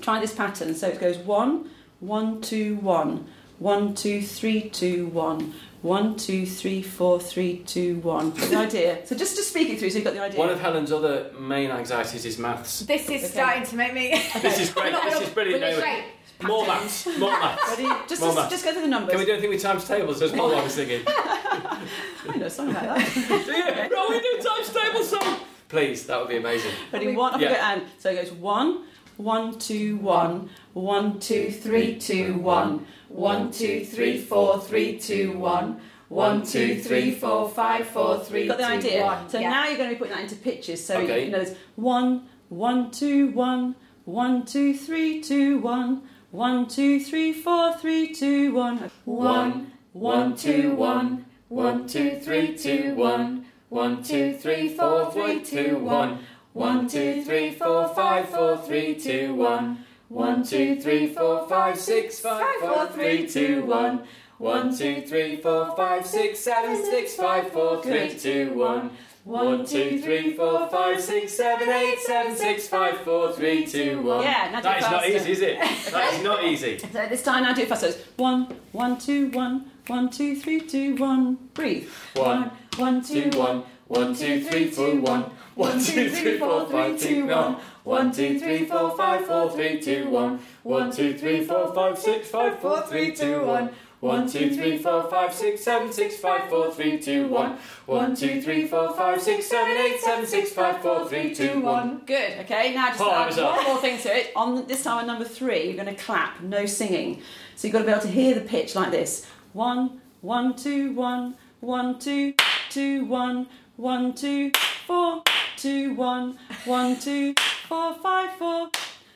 S11: Try this pattern. So it goes one, one, two, one, one, two, three, two, one, one, two, three, four, three, two, one. The idea. So just to speak it through, so you've got the idea.
S3: One of Helen's other main anxieties is maths.
S9: This is starting to make me.
S3: This is great. This is brilliant.
S9: Really
S3: Anyway,
S9: great.
S3: more maths. More maths.
S11: Ready? Just,
S3: Mama.
S11: just, just go through the numbers.
S3: Can we do anything with times tables? There's more I was thinking.
S11: I know a song about that.
S3: yeah, no, we do times tables song. Please, that would be amazing.
S11: Ready? One. Up we
S3: Yeah.
S11: go. And so it goes one, One, two, one. One, two, three, two, one. One, two, three, four, three, two, one. One, two, three, four, five, four, three. Got the
S9: two,
S11: idea.
S9: one.
S11: So
S9: Yeah.
S11: now you're going to be putting that into pitches. So
S3: Okay.
S11: you know, it's one, one, two, one, one, two, three, two, one, one, two, three, four, three, two, one.
S3: One, one, two, one. One, two, three, two, one. One, two, three, four, three, two, one. One, two, three, four, five, four, three, two, one. One, two, three, four, five, six, five, four, three, two, one. One, two, three, four, five, six, seven, six, five, four, three, two, one. One, two, three, four, five, six, seven, eight, seven, six, five, four, three, two, one.
S11: Yeah, now do
S3: That is not
S11: faster.
S3: easy, is it? That is not easy.
S11: So this time I do it faster. It's One, one, two, one, one, two, three, two, one. Breathe.
S3: One,
S11: one,
S3: two,
S11: two,
S3: one. One, two, three, two, one. One, two, three, four, five, two, one. One, two, three, four, five, four, three, two, one. One, two, three, four, five, six, five, four, three, two, one. One, two, three, four, five, six, seven, six, five, four, three, two, one. One, two, three, four, five, six, seven, eight, seven, six, five, four, three, two, one.
S11: Good. Okay. Now just
S3: Oh, that
S11: add
S3: was
S11: one
S3: up.
S11: more thing to it. On this time, on number three, you're going to clap. No singing. So you've got to be able to hear the pitch like this. One, one, two, one, one, two, two, one, one, two, four, two, one, one, two, four, five, four.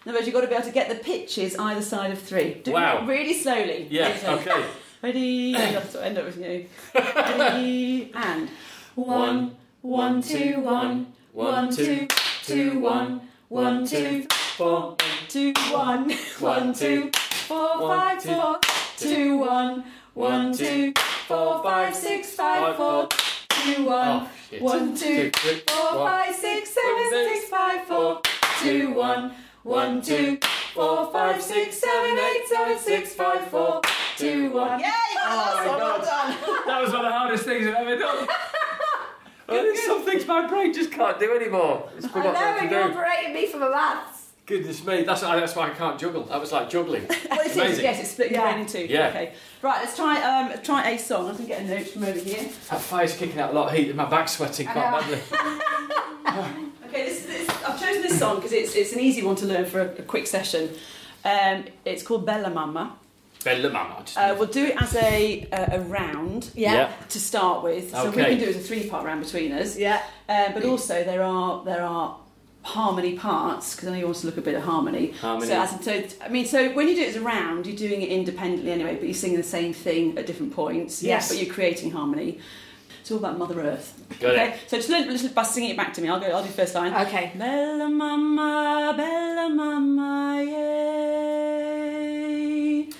S11: In other words, you've got to be able to get the pitches either side of three. Do
S3: Wow.
S11: it really slowly.
S3: Yeah, okay.
S11: Ready? I have to end up with you. Ready and
S3: One, one, two, one. One, two, two, one. One, two, four,
S11: two one
S3: one, two,
S11: four
S3: One,
S11: five four two one one two four five six five four two one
S3: Oh, shit.
S11: one two four five six seven six five four two one one two four five six seven eight seven six five four two one. Yay!
S3: Oh, That was one of the hardest things I've ever done. Well, there's some things my brain just can't do anymore. It's forgotten
S9: No,
S3: what
S9: and
S3: to
S9: you're
S3: do.
S9: operating me for my maths.
S3: Goodness me, that's, that's why I can't juggle. That was like juggling.
S11: Well, it is,
S3: Amazing.
S11: yes, it's split your
S9: Yeah.
S11: brain in two.
S3: Yeah.
S11: Okay. Right, let's try um, try a song. I can get a note from over here.
S3: That fire's kicking out a lot of heat and my back's sweating quite
S9: know.
S3: badly.
S11: Okay, this, this, I've chosen this song because it's, it's an easy one to learn for a, a quick session. Um, it's called Bella Mama.
S3: Bella Mama. just-
S11: Uh, we'll do it as a, uh, a, a round
S9: Yeah.
S11: to start with. So we
S3: Okay.
S11: can do it as a three part round between us.
S9: Yeah.
S11: Um, but also there are there are harmony parts because I know you want to look a bit of harmony.
S3: Harmony.
S11: So, as, so I mean, so when you do it as a round, you're doing it independently anyway, but you're singing the same thing at different points.
S9: Yes.
S11: But you're creating harmony. It's all about Mother Earth.
S3: Got it.
S11: okay. So just learn, just by singing it back to me. I'll go. I'll do first line.
S9: Okay.
S11: Bella mama, bella mama, yay.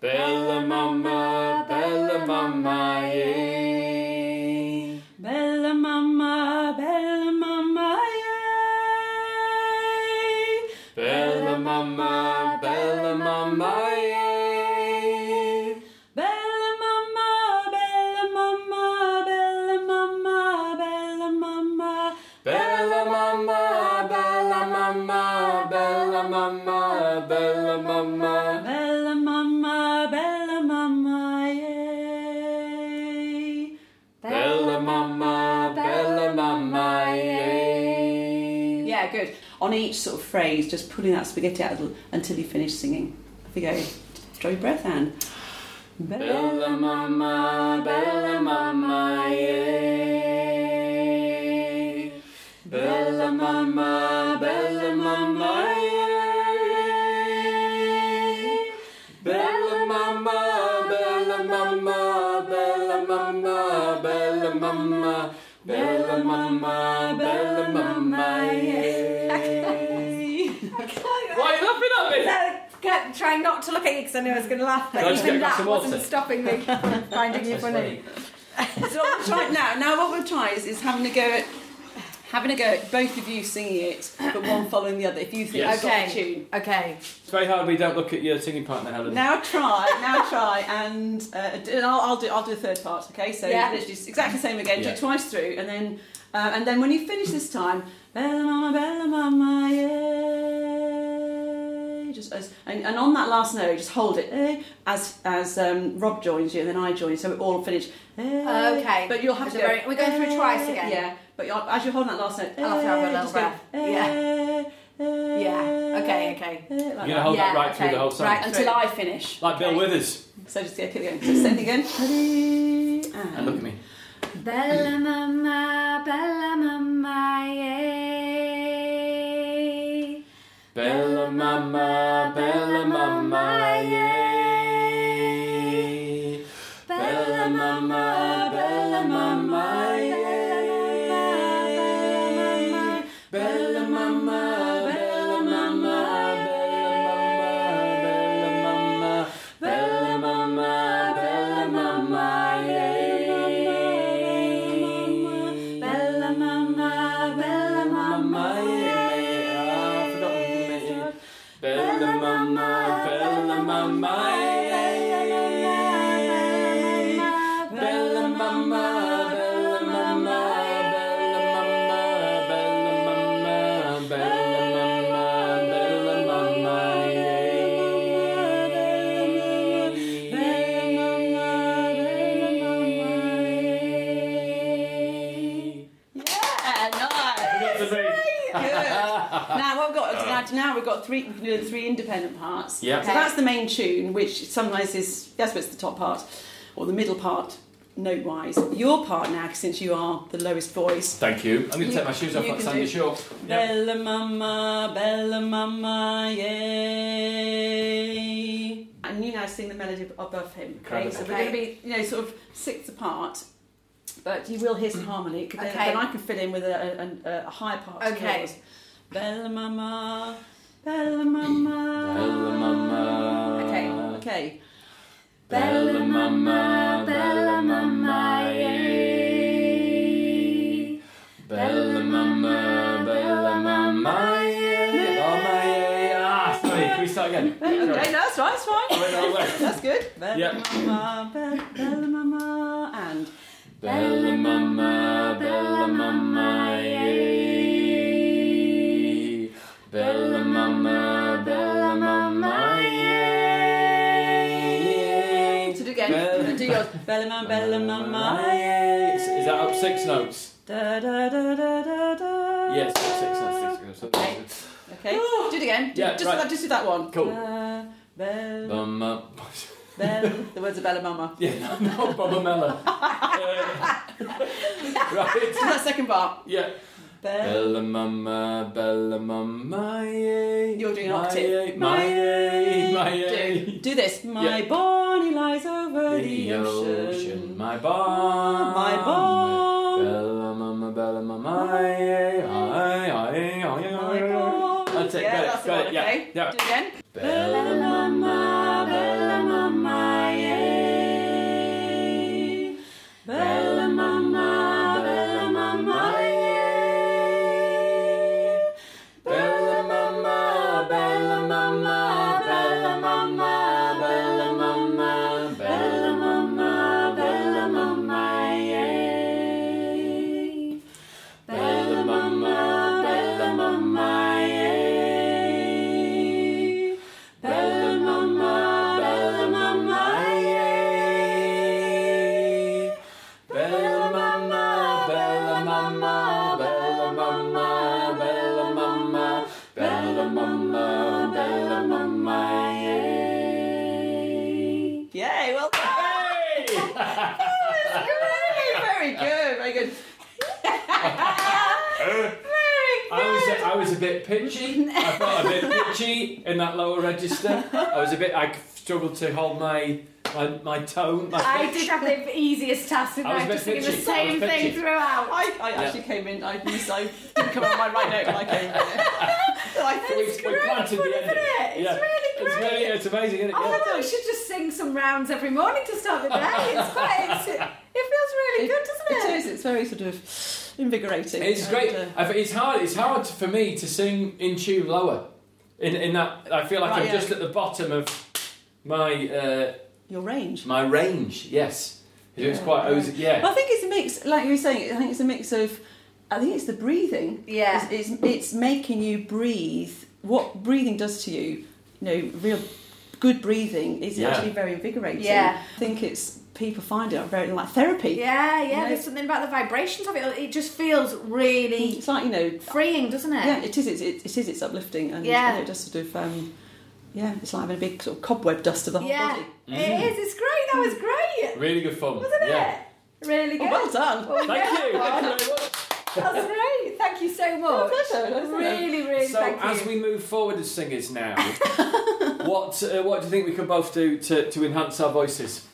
S3: Bella Mama, Bella Mama, yeah.
S11: Bella mama, bella mama, yay.
S3: Bella Mama, Bella Mama, yeah.
S11: Bella mama, bella mama, bella mama, bella mama.
S3: Bella Mama, Bella Mama, Bella Mama, Bella Mama.
S11: Bella mama, bella mama, yay.
S3: Bella Mama, Bella Mama, yeah.
S11: Yeah, good. On each sort of phrase, just pulling that spaghetti out a little until you finish singing. Off you go. Draw your breath, Anne.
S3: Bella Mama, Bella Mama, yeah. Bella Mama, Bella Mama, yeah. Bella Mama, Bella Mama, Bella Mama, Bella Mama, Bella Mama, Bella Mama, yeah. Why are you laughing at me?
S9: No, get- trying not to look at you because I knew I was going to laugh, but
S3: Can I just
S9: even
S3: get a
S9: that
S3: glass of
S9: wasn't
S3: water?
S9: stopping me from finding you funny.
S11: So what we'll try now. Now what we'll try is, is having a go at having a go at both of you singing it, but one following the other. If you think
S3: Yes.
S11: it's okay. tune.
S9: Okay, okay.
S3: It's very hard when you don't look at your singing partner, Helen.
S11: Now try, now try, and uh, d- and I'll, I'll do I'll do a third part. Okay, so
S9: Yeah.
S11: literally it's exactly the same again. Do
S3: Yeah.
S11: it twice through, and then uh, and then when you finish this time, Bella Mama, Bella Mama, yeah. Just as, and, and on that last note, just hold it eh, as as um, Rob joins you, and then I join you, so we all finish. eh.
S9: Okay.
S11: but you'll have
S9: Is
S11: to.
S9: it
S11: Go, eh,
S9: very- we're going through twice again?
S11: Yeah, but you're, as you're holding that last note,
S9: I'll have to have a
S11: eh,
S9: little
S11: just go,
S9: breath.
S11: eh, eh,
S9: Yeah. Okay, okay.
S11: Like that.
S3: You're gonna hold
S9: yeah,
S3: that right
S9: okay.
S3: through the whole song,
S9: Right.
S11: until I finish.
S3: like Bill
S11: Okay.
S3: Withers.
S11: So just yeah, keep going. So same again. Ready?
S3: And look at me.
S2: Bella mama, bella mama, yeah.
S3: Bella mamma, bella mamma, yay. Bella mamma, bella mamma, yay. Bella mamma, bella mamma, bella mamma, bella mamma, bella mamma, bella mamma, yay.
S2: Bella mama, bella
S3: Mamma, yeah. Ah, I forgot the name. Bella Mamma, Bella Mamma, yeah. Bella Mamma, Bella Mamma, Bella Mamma, Bella Mamma, Bella Mamma, Bella Mamma, yeah.
S11: Yeah, nice.
S8: That's amazing.
S11: Good. now what we've got now, now we've got three we can do the three independent parts.
S3: Yeah.
S11: So that's the main tune, which sometimes is that's what's the top part or the middle part, note wise. Your part now, since you are the lowest voice.
S3: Thank you. I'm going to take my shoes off
S11: You
S3: like
S11: can
S3: Sandy
S11: do-
S3: Shaw.
S11: Bella mama, bella mama, yay. And you now sing the melody above him. Okay, so we're
S9: Okay.
S11: going to be, you know, sort of six apart, but you will hear some harmony. 'cause Then,
S9: Okay.
S11: then I can fill in with a, a, a, a higher part. to
S9: Okay.
S11: yours. Bella mama, bella mama.
S3: Bella Mamma.
S9: Okay.
S11: Okay.
S3: Bella mamma, bella mamma, yeah. Bella mamma, bella mamma, yeah. Oh my yeah. Ah, sorry. Can we start again?
S11: Okay, no, that's right, that's
S3: Sorry.
S11: fine.
S3: Went all the way.
S11: That's good. Bella
S3: Yeah.
S11: mama, bella, bella mama, and.
S3: Bella mamma, bella mamma, yeah. Bella mamma, bella mamma, yeah.
S11: To do again.
S3: Bella-
S11: Do yours. Bella mama, bella mama,
S3: Is is that up six notes?
S11: Da, da, da, da, da, da.
S3: Yes, six, six, six, six, six.
S11: Okay. Okay. Do it again. Do,
S3: Yeah,
S11: just,
S3: right.
S11: that, just do that one.
S3: Cool.
S11: Uh, Bell,
S3: Bum, uh,
S11: Bell. The words of Bella Mama.
S3: yeah, no, not Bob Mella.
S11: Do
S3: right.
S11: that second bar.
S3: Yeah.
S11: Bell.
S3: Bella mama, bella mama, yay.
S11: You're doing an
S3: my
S11: octave.
S3: yay, My yay, my
S11: Do,
S3: yay.
S11: do this. My
S3: Yeah.
S11: Bonnie lies over the,
S3: The ocean, my barn.
S11: My barn.
S3: Bella mama, bella mama, yay. Aye, aye, aye,
S11: My
S3: aye.
S11: barn.
S3: That's it,
S11: Yeah,
S3: got it,
S11: that's the
S3: got
S11: one,
S3: it, yeah,
S11: okay.
S3: yeah.
S11: Do it again.
S3: Bella mamma, bella mamma, yeah. Bella mamma, bella mamma, yeah. Bella mamma, bella mamma, bella mamma, bella mamma, bella mamma, bella mamma, yeah. Bella mamma, bella mamma, yeah. Bella mamma, bella mamma, yeah. Bella mamma, bella mamma, bella mamma, bella mamma, bella mamma, bella mamma, yeah.
S11: Yay, well done. Very good, very good.
S3: I was uh, a, I was a bit pitchy. I felt a bit pitchy in that lower register. I was a bit. I struggled to hold my my, my tone. My
S9: I
S3: pitch.
S9: did have the easiest task
S3: I was
S9: tonight,
S3: a bit
S9: just singing the
S3: bitchy. I
S9: same
S3: was
S9: thing
S3: bitchy.
S9: throughout.
S11: I, I actually came in, I missed, I didn't come on my right note when I came in. So I
S3: We,
S11: finished.
S3: we planted
S9: funny,
S3: the
S9: isn't
S3: ending.
S9: it? It's
S3: yeah.
S9: really
S3: It's
S9: great.
S3: really it's amazing, isn't it?
S9: Oh,
S3: Yeah.
S9: I we should just sing some rounds every morning to start the day. It's quite, it's, it feels really good, doesn't
S11: It is, it's very sort of invigorating.
S3: It's great.
S11: And, uh,
S3: I, think it's hard. It's hard for me to sing in tune lower. In in that I feel like
S11: Right,
S3: I'm
S11: yeah.
S3: just at the bottom of my uh,
S11: your range.
S3: my range. Yes, it's quite. Yeah. yeah.
S11: Well, I think it's a mix, like you were saying, I think it's a mix of, I think it's the breathing.
S9: Yeah.
S11: It's, it's, it's making you breathe. What breathing does to you, you know, real good breathing is
S3: Yeah.
S11: actually very invigorating.
S9: Yeah.
S11: I think it's people find it very like therapy.
S12: Yeah, yeah.
S11: No.
S12: There's something about the vibrations of it. It just feels really
S11: It's like you know,
S12: freeing, doesn't it?
S11: yeah, it is. It's, it, it is. It's uplifting, and
S12: Yeah.
S11: you know, it just sort of, um, yeah, it's like having a big sort of cobweb dust of the whole
S12: Yeah.
S11: body.
S12: It is. It's great. That was great,
S3: Really good fun.
S12: wasn't
S3: Mm. yeah.
S12: it? Really good.
S11: Oh, well done.
S3: Thank you. Thank you very much.
S12: That was great. Thank you so much. Really, really.
S3: So
S12: thank
S3: as
S12: you.
S3: we move forward as singers now, what uh, what do you think we could both do to, to enhance our voices?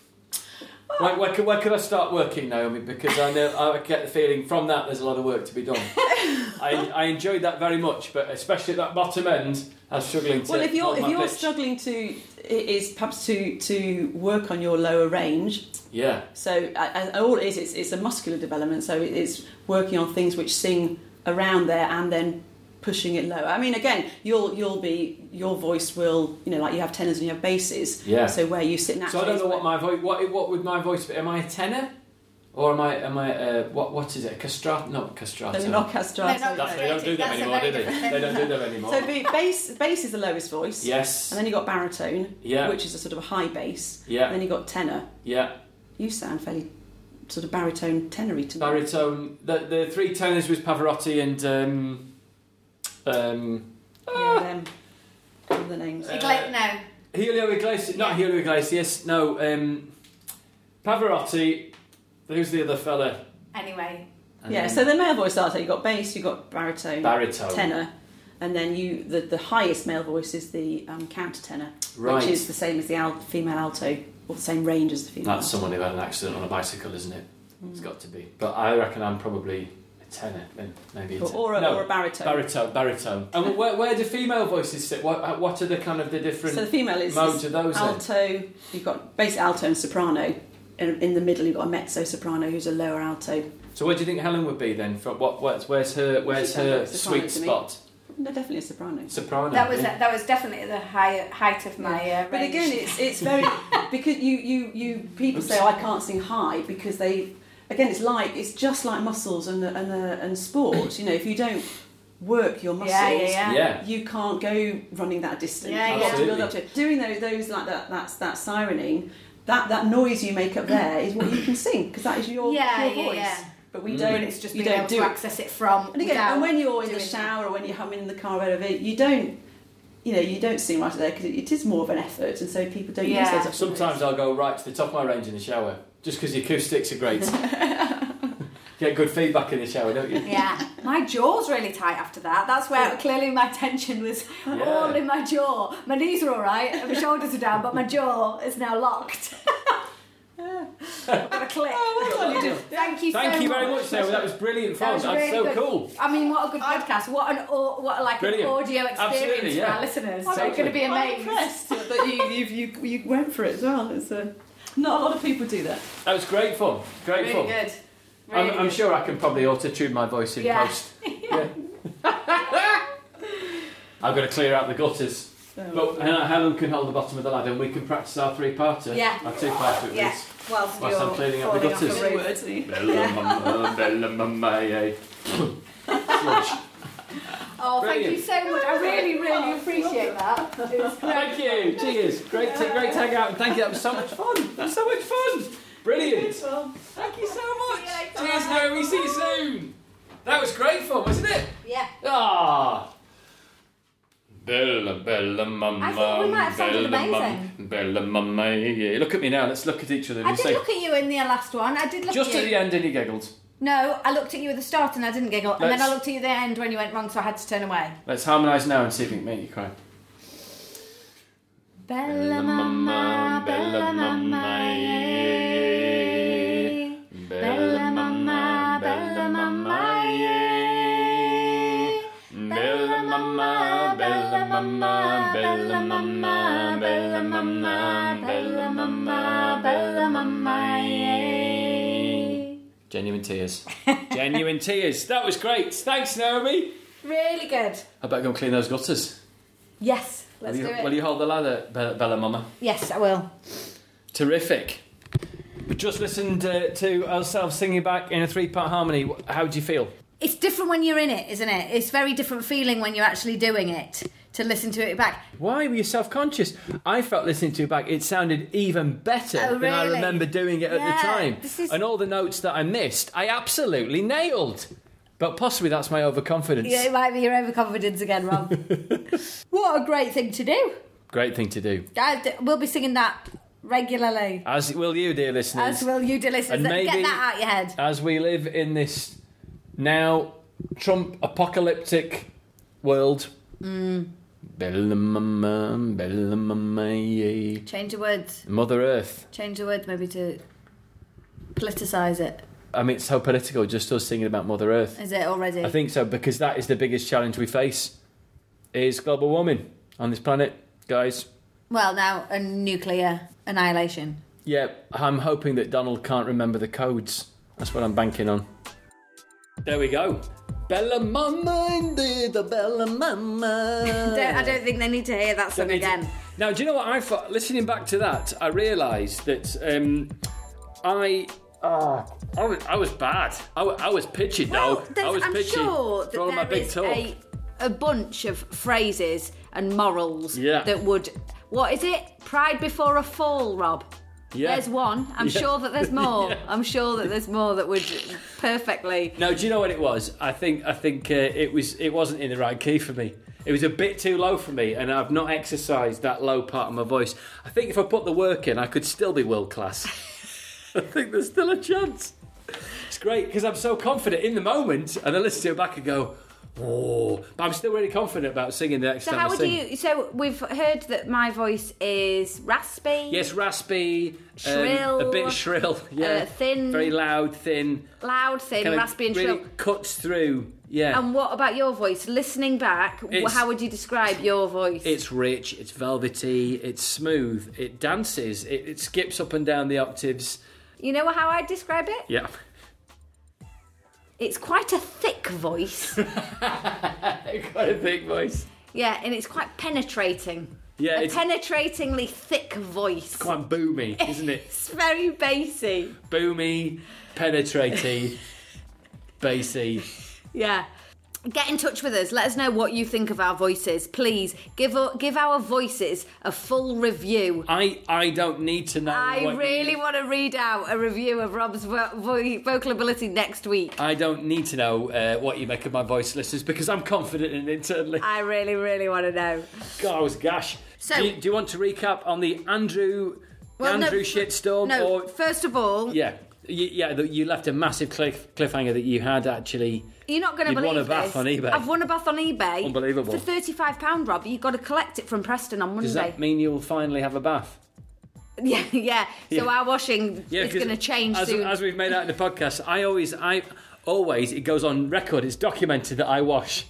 S3: Where, where, could, where could I start working, Naomi? Because I know I get the feeling from that there's a lot of work to be done. I, I enjoyed that very much, but especially at that bottom end, I'm struggling to.
S11: Well, if you're
S3: hold
S11: if
S3: my
S11: you're
S3: pitch.
S11: struggling to, it is perhaps to to work on your lower range.
S3: yeah,
S11: So I, I, all it is, it's, it's a muscular development. So it- it's working on things which sing around there and then pushing it lower. I mean, again, you'll you'll be your voice will you know like you have tenors and you have basses.
S3: Yeah.
S11: So where you sit
S3: so
S11: naturally.
S3: I don't know
S11: is
S3: what my voice. What what would my voice be? Am I a tenor, or am I am I uh, what what is it? A castrato? Not castrato.
S11: where- the knock has to
S12: No, no,
S3: That's, they don't do them
S12: That's a
S3: anymore, do
S12: very
S3: they?
S12: different
S3: They don't do them anymore.
S11: So be, bass bass is the lowest voice.
S3: yes.
S11: And then you got baritone,
S3: Yeah.
S11: which is a sort of a high bass.
S3: Yeah.
S11: And then you got tenor.
S3: yeah.
S11: You sound fairly sort of baritone tenory to me.
S3: baritone. The, the three tenors was Pavarotti and um, um,
S11: Yeah, them. What are the names.
S3: Uh,
S12: Gla- no.
S3: Helio Iglesias. Not Helio Iglesias. No, um, Pavarotti. Who's the other fella?
S12: Anyway.
S3: And
S11: yeah,
S3: then
S11: so the male voice starter, you got bass, you got baritone,
S3: baritone.
S11: tenor, and then you the, the highest male voice is the um, countertenor,
S3: Right.
S11: which is the same as the al- female alto, or the same range as the female.
S3: That's
S11: alto.
S3: someone who had an accident on a bicycle, isn't it?
S11: Mm.
S3: It's got to be. But I reckon I'm probably a tenor. Then maybe a tenor.
S11: Or, or, a,
S3: no,
S11: or a baritone.
S3: baritone. Baritone. And where, where do female voices sit? What, uh, what are the kind of the different
S11: So the female is,
S3: modes
S11: is
S3: of those? then?
S11: alto. You've got bass, alto, and soprano. In, in the middle, you've got a mezzo soprano, who's a lower alto.
S3: So where do you think Helen would be then? From what? Where's, where's her? Where's
S11: sounds
S3: her
S11: like soprano
S3: sweet
S11: to me.
S3: spot?
S11: No, definitely a soprano.
S3: Soprano. eh?
S2: That was
S3: yeah.
S2: that was definitely at the high, height of my uh, range.
S11: But again, it's it's very because you you you people say oh, I can't sing high because they again it's like it's just like muscles and the, and the, and sport. You know, if you don't work your muscles,
S2: yeah, yeah, yeah.
S3: Yeah.
S11: you can't go running that distance.
S2: Yeah,
S11: You've got to
S3: yeah.
S11: build up to it. Doing those, those like that, that's that sirening, that that noise you make up there is what you can sing because that is your,
S2: Yeah,
S11: your
S2: yeah,
S11: voice.
S2: yeah.
S11: But we don't.
S2: But it's just
S11: you
S2: being
S11: don't
S2: able
S11: do
S2: to
S11: it.
S2: access it from.
S11: And again,
S2: without
S11: and when you're in the
S2: doing
S11: shower or when you're humming in the car, or whatever, you don't, you know, you don't sing right there because it, it is more of an effort, and so people don't
S2: Yeah.
S11: use those.
S3: Sometimes I'll go right to the top of my range in the shower, just because the acoustics are great. Get good feedback in the shower, don't you?
S2: Yeah, my jaw's really tight after that. That's where clearly my tension was all in my jaw. My knees are all right, and my shoulders are down, but my jaw is now locked. I've got a click.
S11: Oh,
S2: Thank you.
S3: Thank
S2: so
S3: you
S2: much.
S3: very much, Sarah. That was
S2: That
S3: brilliant fun.
S2: was
S3: That's
S2: really
S3: so
S2: good.
S3: cool.
S2: I mean, what a good podcast! What an au- what like
S3: Brilliant.
S2: an audio
S3: Absolutely,
S2: experience
S3: yeah.
S2: for our listeners.
S3: I'm
S2: They're going to be
S11: I'm
S2: amazed.
S11: impressed that you, you you you went for it as well. It's a, not a lot of people do that.
S3: That was great fun. Great
S2: Really
S3: fun.
S2: good. Really
S3: I'm, I'm
S2: good.
S3: sure I can probably auto tune my voice in
S2: Yeah.
S3: post. Yeah. I've got to clear out the gutters. Look, Helen Helen can hold the bottom of the ladder and we can practice our three parter.
S2: Yeah.
S3: Our two parter at
S2: Yeah.
S3: least.
S2: Whilst
S3: Whilst
S2: you're
S3: I'm cleaning up the
S2: falling off
S3: gutters.
S2: roof.
S3: Bella mama, bella mama, eh. Sludge.
S2: Oh,
S3: Brilliant.
S2: thank you so much. I really, really appreciate that. It was great.
S3: Thank you. Cheers. Great, to, great to hang out. And thank you. That was so much fun. That was so much fun. Brilliant. Thank you so much. Cheers, Naomi. See you soon. That was great fun, wasn't it?
S2: Yeah.
S3: Ah. Bella, bella, mama.
S2: I think we might have sounded
S3: bella, mum,
S2: amazing.
S3: bella, mama. Yeah. Look at me now. Let's look at each other.
S2: I
S3: and say,
S2: did look at you in the last one. I did look
S3: just
S2: at you.
S3: at the end, and he giggled.
S2: No, I looked at you at the start and I didn't giggle. And then
S3: Let's-
S2: I looked at you at the end when you went wrong, so I had to turn away.
S3: Let's harmonise now and see if we can make you cry.
S2: Bella mamma, bella mamma, yeah. Bella mamma, bella mamma, yeah. Bella mamma, bella mamma, bella mamma, bella mamma, bella mamma, bella mamma, yeah.
S3: Genuine tears. Genuine tears. That was great. Thanks, Naomi.
S2: Really good.
S3: I better go and clean those gutters.
S2: Yes,
S3: Will
S2: let's
S3: you,
S2: do
S3: will
S2: it.
S3: you hold the ladder, Bella, Bella Mama?
S2: Yes, I will.
S3: Terrific. We just listened uh, to ourselves singing back in a three-part harmony. How do you feel?
S2: It's different when you're in it, isn't it? It's very different feeling when you're actually doing it to listen to it back.
S3: Why were you self conscious? I felt listening to it back, it sounded even better
S2: Oh,
S3: than I
S2: really?
S3: remember doing it at
S2: Yeah,
S3: the time.
S2: this is-
S3: And all the notes that I missed, I absolutely nailed. But possibly that's my overconfidence.
S2: Yeah, it might be your overconfidence again, Rob. what a great thing to do.
S3: Great thing to do.
S2: I- We'll be singing that regularly,
S3: As will you, dear listeners.
S2: as will you, dear listeners.
S3: And maybe-
S2: Get that out your head.
S3: as we live in this now Trump apocalyptic world.
S2: Mm.
S3: Bellamama, bellamama,
S2: Change the words.
S3: Mother Earth.
S2: Change the words maybe to politicise it.
S3: I mean, it's so political, just us singing about Mother Earth.
S2: Is it already?
S3: I think so, because that is the biggest challenge we face is global warming on this planet, guys.
S2: Well, now a nuclear annihilation.
S3: Yeah, I'm hoping that Donald can't remember the codes. That's what I'm banking on. There we go. Bella Mama, indeed, the Bella Mama.
S2: Don't, I don't think they need to hear that song
S3: need to-
S2: again.
S3: Now, do you know what I thought? Listening back to that, I realised that um, I. ah, I was, I was bad. I, wa- I was pitchy,
S2: Well,
S3: dog.
S2: there's-
S3: I was
S2: I'm
S3: pitchy.
S2: sure that
S3: for all my
S2: there
S3: big
S2: is
S3: talk.
S2: a, a bunch of phrases and morals
S3: Yeah.
S2: that would. What is it? Pride before a fall, Rob.
S3: Yeah.
S2: There's one. I'm
S3: Yeah.
S2: sure that there's more.
S3: Yeah.
S2: I'm sure that there's more that would perfectly.
S3: No, do you know what it was? I think I think uh, it was it wasn't in the right key for me. It was a bit too low for me, and I've not exercised that low part of my voice. I think if I put the work in, I could still be world class. I think there's still a chance. It's great because I'm so confident in the moment, and I listen to it back and go, "Oh!" But I'm still really confident about singing the next
S2: So
S3: time
S2: how
S3: I
S2: would
S3: sing.
S2: you? So we've heard that my voice is raspy.
S3: Yes, raspy, um,
S2: Shrill.
S3: a bit shrill, yeah,
S2: Uh, thin.
S3: very loud, thin,
S2: Loud, thin,
S3: kinda
S2: raspy, and
S3: really
S2: shrill.
S3: cuts through. Yeah,
S2: And what about your voice? Listening back, wh-
S3: It's-
S2: how would you describe your voice?
S3: It's rich, it's velvety, it's smooth, it dances, it, it skips up and down the octaves.
S2: you know how I'd describe it?
S3: Yeah.
S2: It's quite a thick voice.
S3: Quite a thick voice.
S2: yeah, and it's quite penetrating.
S3: Yeah,
S2: a
S3: it's
S2: penetratingly thick voice.
S3: quite boomy, isn't it?
S2: It's very bassy.
S3: boomy, penetrating, bassy.
S2: Yeah. Get in touch with us. Let us know what you think of our voices. Please give o- give our voices a full review.
S3: I, I don't need to know.
S2: I
S3: Oh, what you-
S2: really want to read out a review of Rob's vo- vo- vocal ability next week.
S3: I don't need to know uh, what you make of my voice, listeners, because I'm confident in it internally.
S2: I really, really want to know.
S3: God, I was gosh.
S2: So-
S3: do, you, do you want to recap on the Andrew
S2: Well, no,
S3: Andrew
S2: f-
S3: shitstorm?
S2: No,
S3: or
S2: first of all,
S3: Yeah, you, yeah. the- You left a massive cliff, cliffhanger that you had actually.
S2: You're not going to
S3: You'd
S2: believe
S3: won a bath
S2: this.
S3: on eBay.
S2: I've won a bath on eBay.
S3: Unbelievable.
S2: For thirty-five pound, Rob. You've got to collect it from Preston on Monday.
S3: Does that mean you'll finally have a bath?
S2: yeah, yeah. So
S3: Yeah.
S2: our washing is
S3: 'cause
S2: going to change
S3: as,
S2: soon.
S3: As we've made out in the podcast, I always, I always, it goes on record. It's documented that I wash.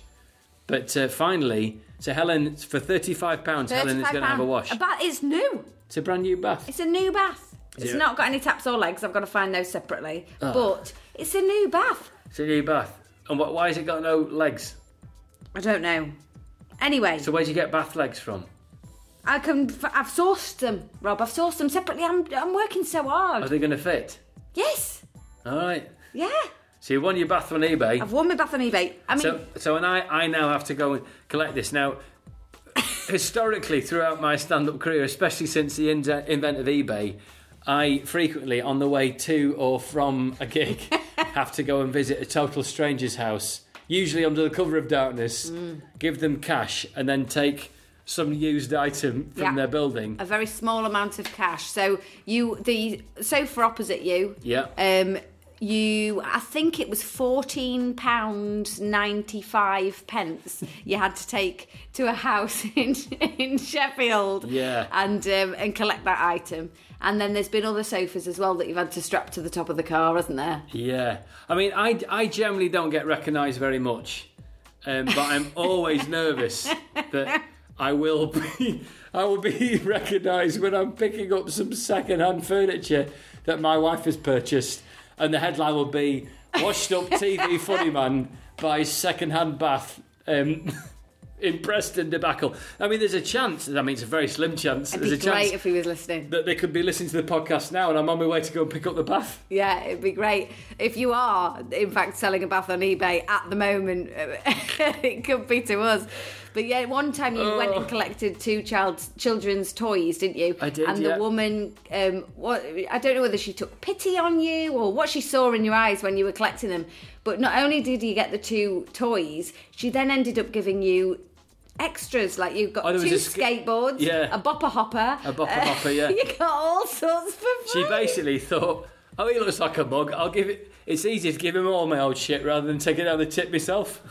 S3: But uh, finally, so Helen, for thirty-five pounds, Helen is going to have a
S2: £35.
S3: wash.
S2: bath. It's new.
S3: It's a brand new bath.
S2: It's a new bath. It's
S3: Yeah. Ah.
S2: not got any taps or legs. I've got to find those separately. But it's a new bath.
S3: It's a new bath. And wh- why has it got no legs?
S2: I don't know. Anyway,
S3: So where do you get bath legs from?
S2: I can. I've sourced them, Rob. I've sourced them separately. I'm. I'm working so hard.
S3: Are they going to fit?
S2: yes.
S3: All right.
S2: Yeah.
S3: So you won your bath on eBay.
S2: I've worn my bath on eBay. I mean,
S3: So, so and I, I now have to go and collect this. Now, historically, throughout my stand up career, especially since the in- invent of eBay, I frequently, on the way to or from a gig, have to go and visit a total stranger's house, usually under the cover of darkness,
S2: Mm.
S3: give them cash, and then take some used item from
S2: Yeah.
S3: their building.
S2: a very small amount of cash. So you the sofa opposite you.
S3: Yeah.
S2: Um you I think it was fourteen pounds ninety five pence you had to take to a house in in Sheffield.
S3: Yeah.
S2: And um, and collect that item. And then there's been other sofas as well that you've had to strap to the top of the car, hasn't there?
S3: Yeah, I mean, I, I generally don't get recognised very much, um, but I'm always nervous that I will be I will be recognised when I'm picking up some second-hand furniture that my wife has purchased, and the headline will be "Washed-up TV funny man buys second-hand bath." Um, In Preston debacle. I mean, there's a chance. I mean, it's a very slim chance.
S2: It'd
S3: there's
S2: be
S3: a chance
S2: great if he was listening.
S3: that they could be listening to the podcast now, and I'm on my way to go and pick up the bath.
S2: Yeah, it'd be great. If you are, in fact, selling a bath on eBay at the moment, it could be to us. But yeah, one time you went
S3: Oh.
S2: and collected two child children's toys, didn't you?
S13: I did,
S2: And
S13: yeah.
S2: the woman, um, what I don't know whether she took pity on you or what she saw in your eyes when you were collecting them. But not only did you get the two toys, she then ended up giving you extras. Like you got
S3: Oh, there was
S2: two
S3: a sk-
S2: skateboards,
S3: Yeah.
S2: a bopper hopper,
S3: A bopper
S2: uh,
S3: hopper, yeah.
S2: you got all sorts for
S3: She
S2: free.
S3: basically thought, "Oh, he looks like a mug. I'll give it. It's easier to give him all my old shit rather than taking out the tip myself."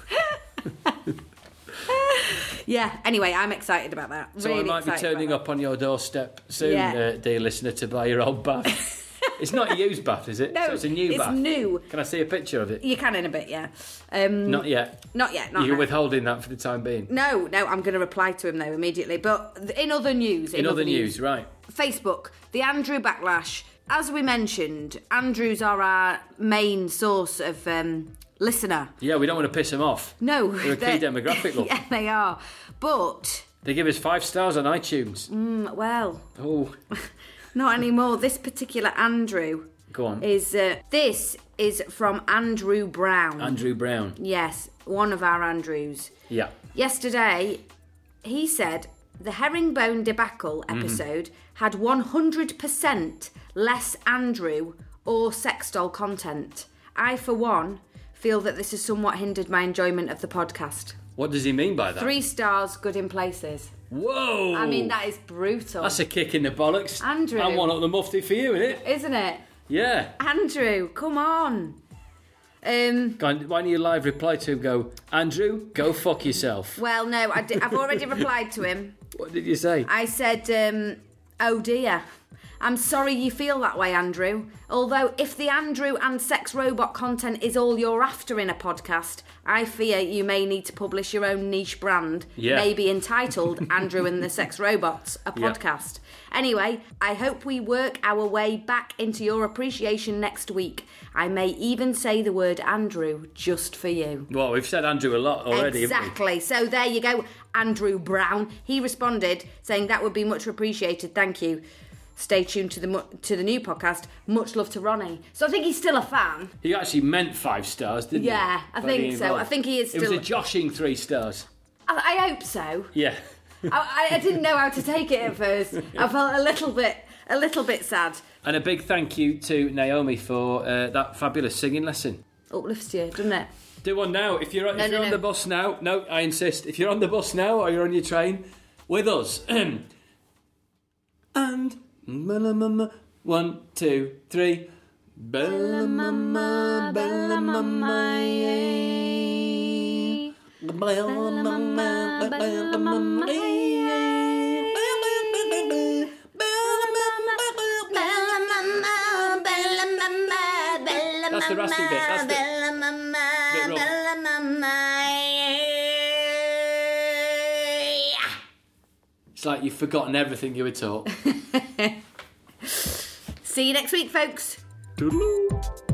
S2: Yeah. Anyway, I'm excited about that.
S3: So
S2: really
S3: I might be
S2: excited
S3: turning
S2: about
S3: up on your doorstep soon,
S2: Yeah.
S3: uh, dear listener, to buy your old bath. it's not a used bath, is it?
S2: that.
S3: so it's a new
S2: it's
S3: bath.
S2: new.
S3: Can I see a picture of it?
S2: You can in a bit, yeah. Um,
S3: Not yet.
S2: Not yet. Not
S3: You're
S2: now.
S3: withholding that for the time being.
S2: No, no, I'm going to reply to him though immediately. But th- in other news,
S3: In other news, right?
S2: Facebook, the Andrew backlash. As we mentioned, Andrews are our main source of um, listener.
S3: Yeah, we don't want to piss them off.
S2: No,
S3: They're a key demographic, love.
S2: yeah, they are. But
S3: They give us five stars on iTunes.
S2: mm, well,
S3: Oh,
S2: not anymore. this particular Andrew
S3: go on.
S2: is uh, this is from Andrew Brown.
S3: Andrew Brown.
S2: Yes, one of our Andrews.
S3: Yeah.
S2: Yesterday, he said the herringbone debacle episode had 100% less Andrew or sex doll content. I, for one, feel that this has somewhat hindered my enjoyment of the podcast.
S3: What does he mean by that?
S2: Three stars, good in places.
S3: Whoa!
S2: I mean, that is brutal,
S3: That's a kick in the bollocks.
S2: Andrew.
S3: And one up the mufti for you, isn't it?
S2: isn't it?
S3: Yeah.
S2: Andrew, come on. Um,
S3: Go on, Why don't you live reply to him? Go, Andrew, go fuck yourself.
S2: well, no, I di- I've already replied to him.
S3: What did you say?
S2: I said, um, oh dear. I'm sorry you feel that way, Andrew. Although, if the Andrew and Sex Robot content is all you're after in a podcast, I fear you may need to publish your own niche brand,
S3: Yeah.
S2: maybe entitled Andrew and the Sex Robots, a
S3: Yeah.
S2: podcast. Anyway, I hope we work our way back into your appreciation next week. I may even say the word Andrew just for you.
S3: well, we've said Andrew a lot already. haven't we?
S2: Exactly. So there you go, Andrew Brown. He responded saying that would be much appreciated. Thank you. Stay tuned to the mu- to the new podcast. Much love to Ronnie. So I think he's still a fan.
S3: He actually meant five stars, didn't he?
S2: Yeah, I
S3: By being
S2: think so.
S3: involved.
S2: I think he is
S3: It was
S2: still-
S3: a joshing three stars.
S2: I, I hope so.
S3: Yeah.
S2: I, I- I didn't know how to take it at first. I felt a little bit a little bit sad.
S3: And a big thank you to Naomi for uh, that fabulous singing lesson.
S2: Uplifts you, doesn't it?
S3: Do one now. If you're, if
S2: No,
S3: you're
S2: no,
S3: on
S2: no.
S3: the bus now, no, I insist. If you're on the bus now or you're on your train with us, and Bella Mama, one, two, three. Bella Mama, Bella Mama, yeah. Bella Mama, Bella Mama, yeah. Bella Mama, Bella Mama, Bella Mama, Bella That's the rusty bit. That's the bit rough. It's like you've forgotten everything you were taught.
S2: See you next week, folks.
S3: Toodaloo.